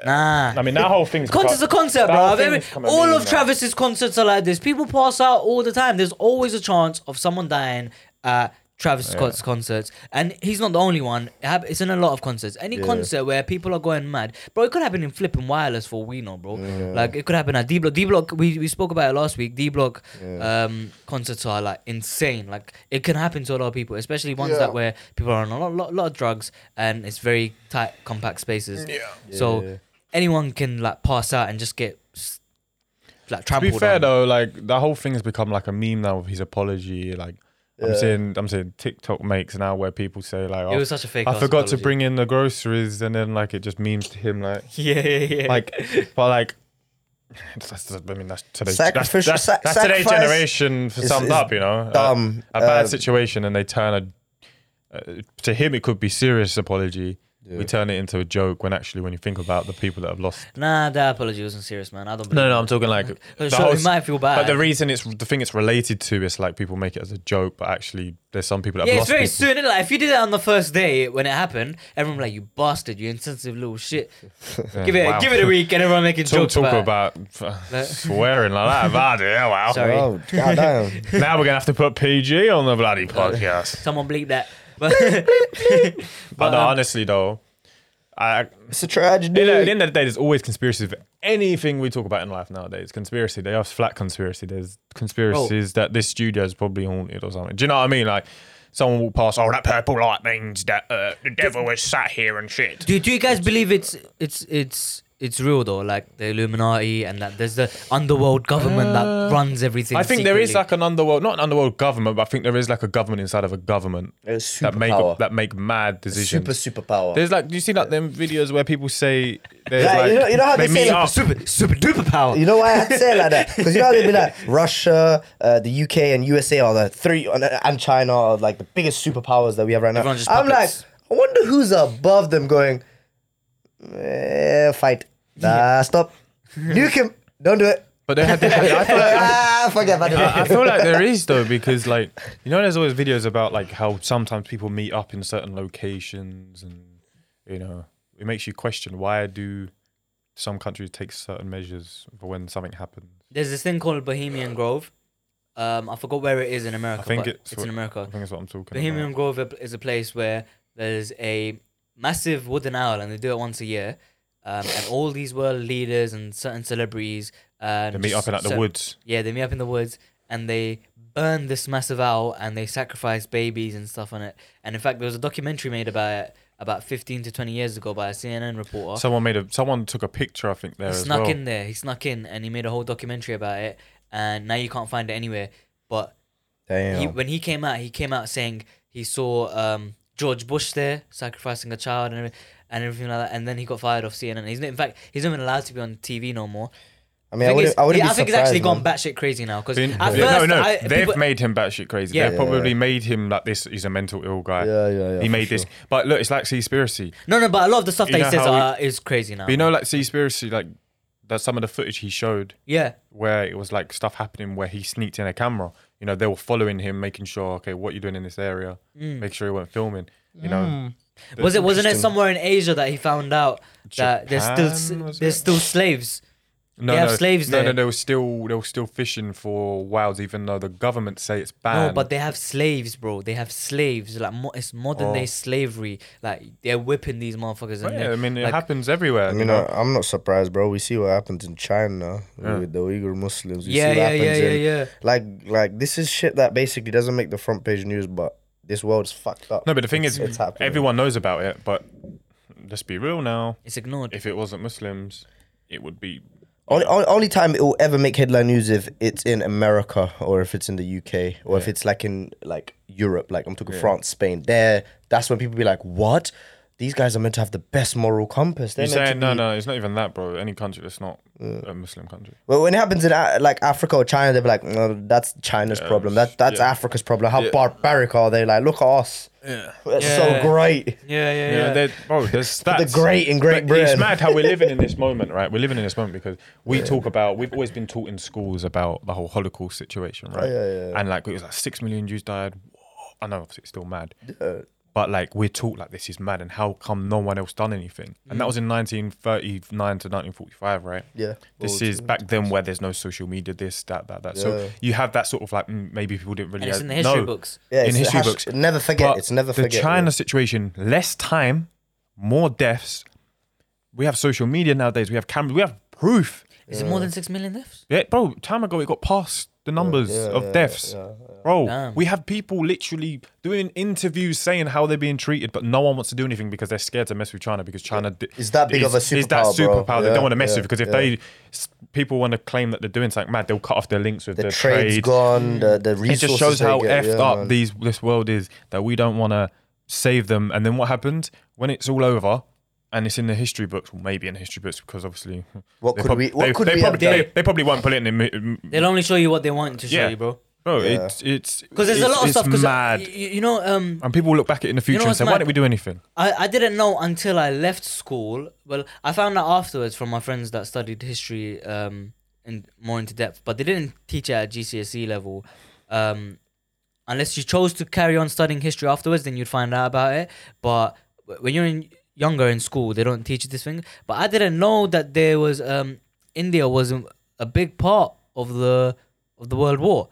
Nah.
I mean, that whole thing's
Concert's a
become- that
concert, bro.
whole
I've
thing's
ever-
become a
all
meme
of
now.
Travis's concerts are like this. People pass out all the time. There's always a chance of someone dying at Travis Scott's concerts, and he's not the only one. It hap- It's in a lot of concerts. Any concert where people are going mad, bro. It could happen in flipping wireless for all we know, bro. Like it could happen at D Block. D Block. We, we spoke about it last week. D Block um, concerts are like insane. Like it can happen to a lot of people, especially ones
Yeah.
that where people are on a lot, lot, lot of drugs and it's very tight, compact spaces.
Yeah.
So
Yeah.
anyone can like pass out and just get s- like
To be
trampled.
fair
on.
though, like that whole thing has become like a meme now with his apology. Like I'm seeing, I'm seeing TikTok makes now where people say like,
it
oh,
was such a fake.
I
ass
forgot to
apology.
bring in the groceries, and then like it just memes to him like,
Yeah, yeah, yeah.
like, but like. That's, I mean, that's today's, that's,
Sacrificial-
that's,
sac-
that's today's
sacrifice
generation for
is-
summed
is
up, you know. A-
dumb.
A, bad
Um,
situation, and they turn a. Uh, to him, it could be serious apology. We turn it into a joke when actually, when you think about the people that have lost.
nah, that apology wasn't serious, man. I don't.
No,
believe
no,
it.
I'm talking like
But
the
sure,
whole
it might feel bad.
But the reason it's the thing it's related to is like people make it as a joke, but actually there's some people that
yeah,
have
it's
lost
very
people.
soon. innit? Like, if you did that on the first day when it happened, everyone like, "You bastard, you insensitive little shit." give it,
wow.
give it a week, and everyone making
Don't
jokes
talk
about.
about,
Like-
swearing like that. About it. Yeah, wow.
Sorry.
Oh, goddamn.
Now we're gonna have to put PG on the bloody podcast.
it. Someone bleep that. But
but no,
um,
honestly though, I
it's a tragedy.
at the end of the day, there's always conspiracies. for Anything we talk about in life nowadays, conspiracy. They are flat conspiracy. There's conspiracies
Oh.
that this studio is probably haunted or something. Do you know what I mean? Like someone walked past. Oh, that purple light means that uh, the devil was sat here and shit.
do do you guys believe it's it's it's it's real though? Like the Illuminati and that there's the underworld government that runs everything.
Uh, I think there is
secretly?
like an underworld, not an underworld government, but I think there is like a government inside of a government
A
that make
superpower.
that make mad decisions.
super superpower.
There's like, do you see like them videos where people say, there's
Yeah,
like,
you know- you know how they say,
meet
like,
up.
super super duper power.
You know why I had to say it like that? Because you know how they'd be like Russia, uh, the UK, and USA are the three, and- and China are like the biggest superpowers that we have right now.
Everyone just
I'm like,
puppets.
I wonder who's above them going, eh, fight. Nah, stop. Nuke him. Don't do it.
But they had, I feel like,
ah, forget about
I
it.
feel like there is though because like you know there's always videos about like how sometimes people meet up in certain locations and you know it makes you question why do some countries take certain measures for when something happens.
There's this thing called Bohemian Grove. Um, I forgot where it is in America.
think
but
it's
it's,
what-
in
I
America.
think that's what I'm talking
Bohemian Grove is- is a place where there's a massive wooden owl, and they do it once a year. Um, and all these world leaders and certain celebrities and
about. They meet up in like
just
the
cer-
woods.
Yeah, they meet up in the woods and they burn this massive owl and they sacrifice babies and stuff on it. And in fact, there was a documentary made about it about 15 to 20 years ago by a CNN reporter.
Someone made a someone took a picture I think there
He
as
snuck
well.
in there. He snuck in and he made a whole documentary about it. And now you can't find it anywhere. But he,
Damn.
when he came out, he came out saying he saw um, George Bush there sacrificing a child and everything, and everything like that. And then he got fired off CNN. He's not, in fact, he's not even allowed to be on TV no more.
I mean, I,
Thing is,
wouldn't, I wouldn't
yeah,
be
I think he's
surprised,
actually gone
man.
batshit crazy now. Because
Been-
at
yeah,
first,
no, no,
I,
they've
people-
made him batshit crazy.
Yeah.
They've
Yeah,
probably made him like this. He's a mental ill guy.
Yeah, yeah, yeah,
He
for
made this,
sure.
but look, it's like conspiracy.
no, no, but a lot of the stuff
You
that
know
he says
how we-
are, is crazy now.
But you know, like conspiracy, like that. Some of the footage he showed
yeah.
where it was like stuff happening where he sneaked in a camera. You know, they were following him, making sure, okay, what you doing in this area?
Mm.
Make sure he weren't filming. You
Mm.
know,
Was it wasn't it somewhere in Asia that he found out that there's still
Japan, was
s-
it?
there's still slaves?
no,
they have
no,
slaves
no,
there.
no, they were still they were still fishing for wilds, even though the government say it's banned.
No, but they have slaves, bro. They have slaves. Like mo- it's modern day
Oh.
slavery. Like they're whipping these motherfuckers.
But
and
Oh, yeah,
they-
I mean, it
like,
happens everywhere.
I
you
mean, uh,
know,
I, I'm not surprised, bro. We see what happens in China with the Uyghur Muslims. We
Yeah,
see what
yeah, yeah,
happens in-
yeah, yeah.
Like, like this is shit that basically doesn't make the front page news, but this world's fucked up.
no, but the thing
It's-
is,
it's happening.
everyone knows about it. But let's be real now.
It's ignored.
If it wasn't Muslims, it would be
Only, only, only time it will ever make headline news if it's in America or if it's in the UK or if it's like in like Europe, like I'm talking France, Spain. There, that's when people be like, "What? These guys are meant to have the best moral compass." They're
You're
meant to
saying no,
be-"
no, it's not even that, bro. Any country that's not a Muslim country.
Well, when it happens in uh, like Africa or China, they be like, "No, that's China's problem. That that's
yeah.
Africa's problem. How
Yeah.
barbaric are they? Like, look at us.
Yeah.
That's
Yeah.
so great."
yeah, yeah,
You know,
yeah.
they're- bro, there's stats.
great in Great
But
Britain.
It's mad how we're living in this moment, right? We're living in this moment because we talk about, we've always been taught in schools about the whole Holocaust situation, right?
Oh, yeah, yeah,
And like, it was like six million Jews died. Whoa. I know, obviously, it's still mad. But like we're taught like this is mad, and how come no one else done anything? And that was in 1939 to 1945, right?
Mm. Yeah.
This
Well,
is back then where there's no social media, this, that, that, that. So
Yeah.
you have that sort of like mm, maybe people didn't really.
And it's in
know.
the history books.
Yeah,
in
it's- it
history
has-
books.
never forget,
But
it's never
the
forget,
China
yeah.
situation, less time, more deaths. We have social media nowadays. We have cameras. We have proof.
Is it more than six million deaths?
Yeah, bro, time ago it got past the numbers
yeah,
of
yeah,
deaths.
yeah,
Bro,
Damn.
we have people literally doing interviews saying how they're being treated, but no one wants to do anything because they're scared to mess with China because China di-
It's that big of a
Is that
superpower, bro.
superpower? They
Yeah,
don't want to mess
yeah,
with because if
yeah.
they s- people want to claim that they're doing something mad, they'll cut off their links with
The,
the,
trade's
trade. Mm.
gone. The, the
It
resources.
just shows
they
how
get,
effed
yeah,
up
man.
these this world is that we don't want to save them. And then what happens when it's all over? And it's in the history books, well, maybe in the history books, because obviously
What
they
could
prob-
we- what
they,
could
they
we have
probably,
done?
They, they probably won't put it in the
They'll only show you what they want to show
Yeah.
you, bro.
Bro,
Yeah.
it's it's
Because there's a
it's-
lot of
it's
stuff. Because
mad,
you, you know, um,
and people will look back at it in the future
know
and say,
what's
"Why
mad?
didn't we do anything?"
I, I didn't know until I left school. Well, I found out afterwards from my friends that studied history um in more into depth, but they didn't teach it at GCSE E level. Um, unless you chose to carry on studying history afterwards, then you'd find out about it. But w- when you're in, younger in school, they don't teach you this thing. But I didn't know that there was um India was a- a big part of the of the World War.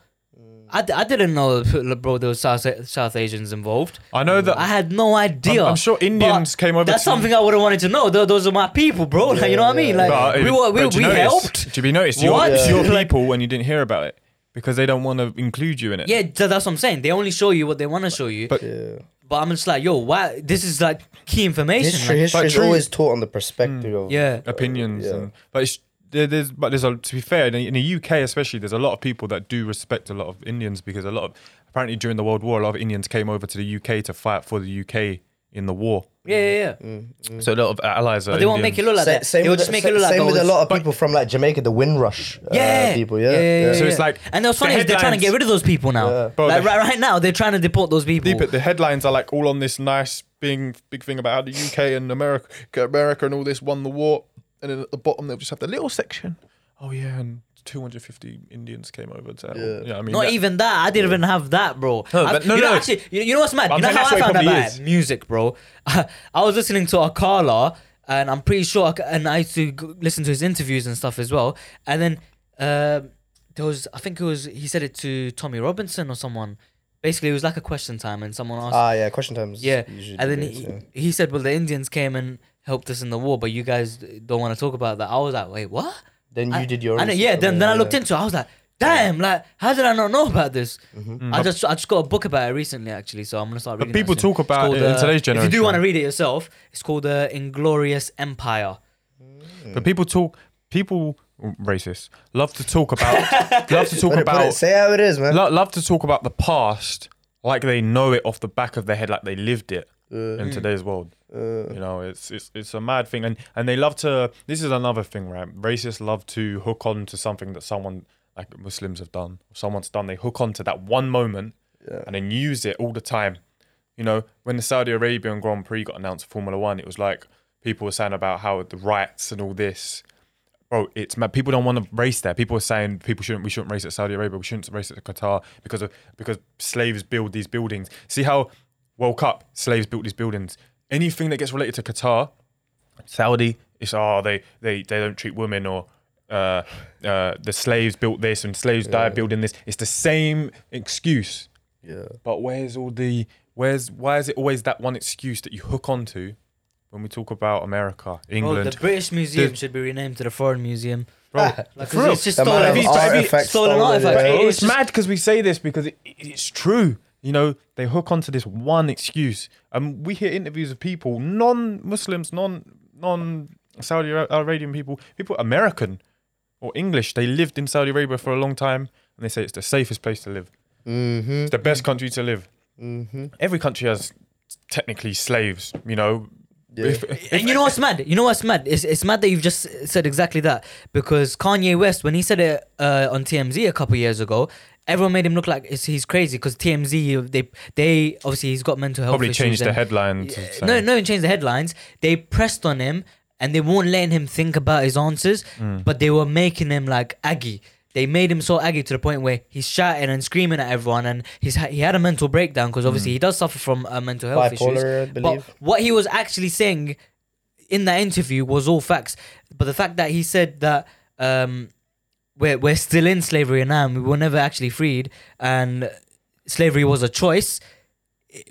I, d- I didn't know, bro. There was South A- South Asians involved.
I know that
I had no idea.
I'm sure Indians
But
came over
That's
to-
something I would have wanted to know. Tho- Those are my people, bro. Like, you know what I mean? Like
But- uh,
we were, we,
but do
we
you notice-
helped.
Do you notice your,
What?
it's your
Yeah. Like-
people when you didn't hear about it because they don't want to include you in it?
Yeah, tha- that's what I'm saying. They only show you what they want to show you.
But-
But,
Yeah.
I'm just like, yo, why? This is like key information.
History,
like-
history is
true-
always taught on the perspective of.
Mm. yeah.
opinions.
Yeah.
And, but it's, there, there's but there's a, to be fair in the, in the UK especially there's a lot of people that do respect a lot of Indians because a lot of apparently during the World War a lot of Indians came over to the UK to fight for the UK in the war.
yeah, yeah, yeah.
So a lot of allies.
Mm. But they won't make it look like
Mm. Sa-
that.
same
they will
with,
just
the-
make
sa-
it look like
same
oh,
with a
it's-
lot of people from like Jamaica, the Windrush uh,
Yeah,
people. Yeah,
yeah, yeah,
So
yeah.
it's like
and what's
the
funny is they're trying to
headlines-
get rid of those people now.
Bro,
like,
the-
right, right now, they're trying to deport those people.
deep it. The headlines are like all on this nice big big thing about how the UK and America, America and all this won the war, and then at the bottom they'll just have the little section. Oh yeah, and 250 Indians came over to. Yeah, I mean,
Not
that-
even that. I didn't even have that, bro.
No,
I-
but- no,
you know,
no.
Actually, you, you know what's mad?
But
You know
I'm saying
how I
that's
found
what
out
it probably
about
is.
it? music, bro. I was listening to Akala, and I'm pretty sure, Ak- and I used to g- listen to his interviews and stuff as well. And then um there was, I think it was, he said it to Tommy Robinson or someone. Basically, it was like a question time, and someone asked.
Ah, yeah. Question times.
Yeah,
usually
and then
debates,
he,
yeah.
he said, "Well, the Indians came and helped us in the war, but you guys don't want to talk about that." I was like, "Wait, what?"
Then
I-
you did your.
I know, yeah.
research,
Then, then I looked
yeah.
into. it. I was like, "Damn! Like, how did I not know about this?"
Mm-hmm.
I just I just got a book about it recently, actually. So I'm gonna start.
But
reading
people
that soon.
talk about
It's uh,
it in today's
If you
generation.
do want to read it yourself, it's called the Inglorious Empire.
But people talk, people mm, racist love to talk about, love to talk
Put it- put it-
about,
say how it is, man.
lo- love to talk about the past like they know it off the back of their head, like they lived it in today's world. you know, it's it's it's a mad thing, and and they love to. This is another thing, right? Racists love to hook on to something that someone like Muslims have done, or someone's done. They hook on to that one moment, and then use it all the time. You know, when the Saudi Arabian Grand Prix got announced, Formula One, it was like people were saying about how the rights and all this. Bro, it's mad. People don't want to race there. People are saying people shouldn't. We shouldn't race at Saudi Arabia. We shouldn't race at Qatar because of because slaves build these buildings. See how World Cup slaves built these buildings. Anything that gets related to Qatar, Saudi, it's oh they they they don't treat women or. Uh, uh, the slaves built this and slaves died building this. It's the same excuse.
Yeah.
But where's all the where's why is it always that one excuse that you hook onto when we talk about America,
Bro,
England?
the British Museum
Dude.
should be renamed to the Foreign Museum.
Bro,
Like, 'cause
for real.
it's just
The amount
stolen,
of
If he's- if he-
artifacts
stolen
stolen,
artifacts.
yeah.
But
bro.
it's,
just-
mad because we say this because it, it- it's true. You know, they hook onto this one excuse, and we hear interviews of people, non-Muslims, non non Saudi Ara- Arabian people, people American or English. They lived in Saudi Arabia for a long time, and they say it's the safest place to live.
Mm-hmm,
It's the best country to live. Every country has technically slaves. You know, If-
And you know what's mad? You know what's mad? It's, it's mad that you've just said exactly that because Kanye West, when he said it uh, on TMZ a couple years ago, everyone made him look like it's, he's crazy because TMZ they they obviously he's got mental health.
probably
issues
changed the
and-
headline.
Yeah,
to say-
no, no, one changed the headlines. They pressed
Mm.
on him and they weren't letting him think about his answers, but they were making him like aggy. They made him so aggy to the point where he's shouting and screaming at everyone, and he's ha- he had a mental breakdown because obviously he does suffer from uh, mental health
Mm. Bipolar, I
issues.
believe.
But what he was actually saying in that interview was all facts. But the fact that he said that um, we're we're still in slavery in Nam, we were never actually freed, and slavery was a choice.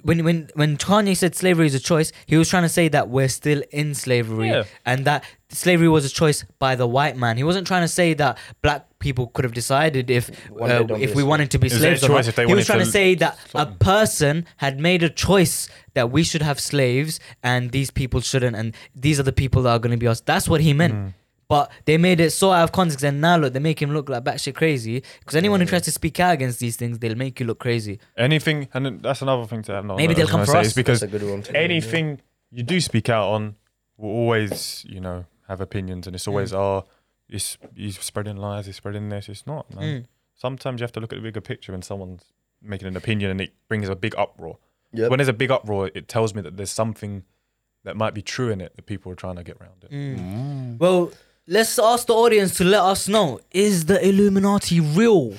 When when when Kanye said slavery is a choice, he was trying to say that we're still in slavery
Yeah.
and that slavery was a choice by the white man. He wasn't trying to say that black people could have decided if
One day
uh,
don't
if
be
we
a
wanted to be
was
slaves
their
or not.
choice if they
He was
wanted
trying to
to
say that a
something.
person had made a choice that we should have slaves and these people shouldn't, and these are the people that are going to be us. That's what he meant.
Mm.
But they made it so out of context, and now look, they make him look like batshit crazy. Because anyone who tries to speak out against these things, they'll make you look crazy.
Anything, and then that's another thing to have.
Maybe they'll come for us.
because
That's a good one to-
anything you do speak out on will always, you know, have opinions, and it's always,
Mm.
oh, it's he's spreading lies, he's spreading this. It's not. Man.
Mm.
Sometimes you have to look at the bigger picture when someone's making an opinion, and it brings a big uproar.
Yep.
When there's a big uproar, it tells me that there's something that might be true in it that people are trying to get around it.
Mm.
Well, let's ask the audience to let us know is the Illuminati real?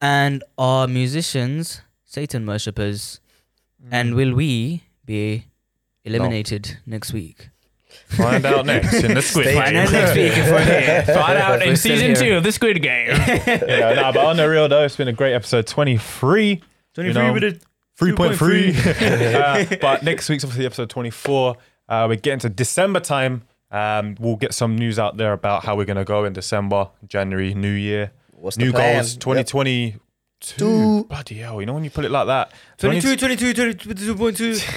And are musicians Satan worshippers?
Mm.
And will we be eliminated next week?
Find out next in the squid.
Stay
Find out
Game.
next week if we're here. Find out
We're
in
still
season
here.
two of the Squid Game.
yeah, nah, but on the real though, it's been a great episode. Twenty three. Twenty three with a three point three. uh, but next week's obviously episode twenty four. Uh, we're getting to December time. Um, we'll get some news out there about how we're gonna go in December, January, New Year,
What's the
new
plan?
goals,
Yep.
twenty twenty two.
Two.
Bloody hell! You know when you put it like that.
22,
20
22, 22.2.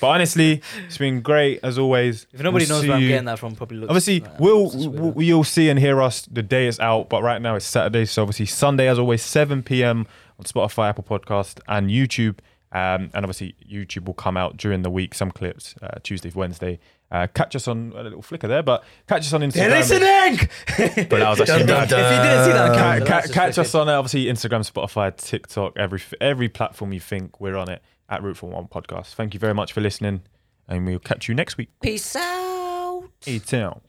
But honestly, it's been great as always.
If nobody
We'll
knows
see
where I'm
you-
getting that from, probably looks.
Obviously,
like that.
we'll,
Just weird.
we'll you'll see and hear us. The day is out, but right now it's Saturday, so obviously Sunday, as always, 7 p.m. on Spotify, Apple Podcast, and YouTube. Um, and obviously, YouTube will come out during the week. Some clips uh, Tuesday, Wednesday. Uh, catch us on a little flicker there, but catch us on Instagram.
They're listening!
But that was actually
Dun, dun,
bad.
dun.
If you didn't see that,
Ca- ca-
account, that's just
catch
wicked.
us on uh, obviously Instagram, Spotify, TikTok, every every platform you think we're on it at Root for One Podcast. Thank you very much for listening, and we'll catch you next week.
Peace out.
Hey, town.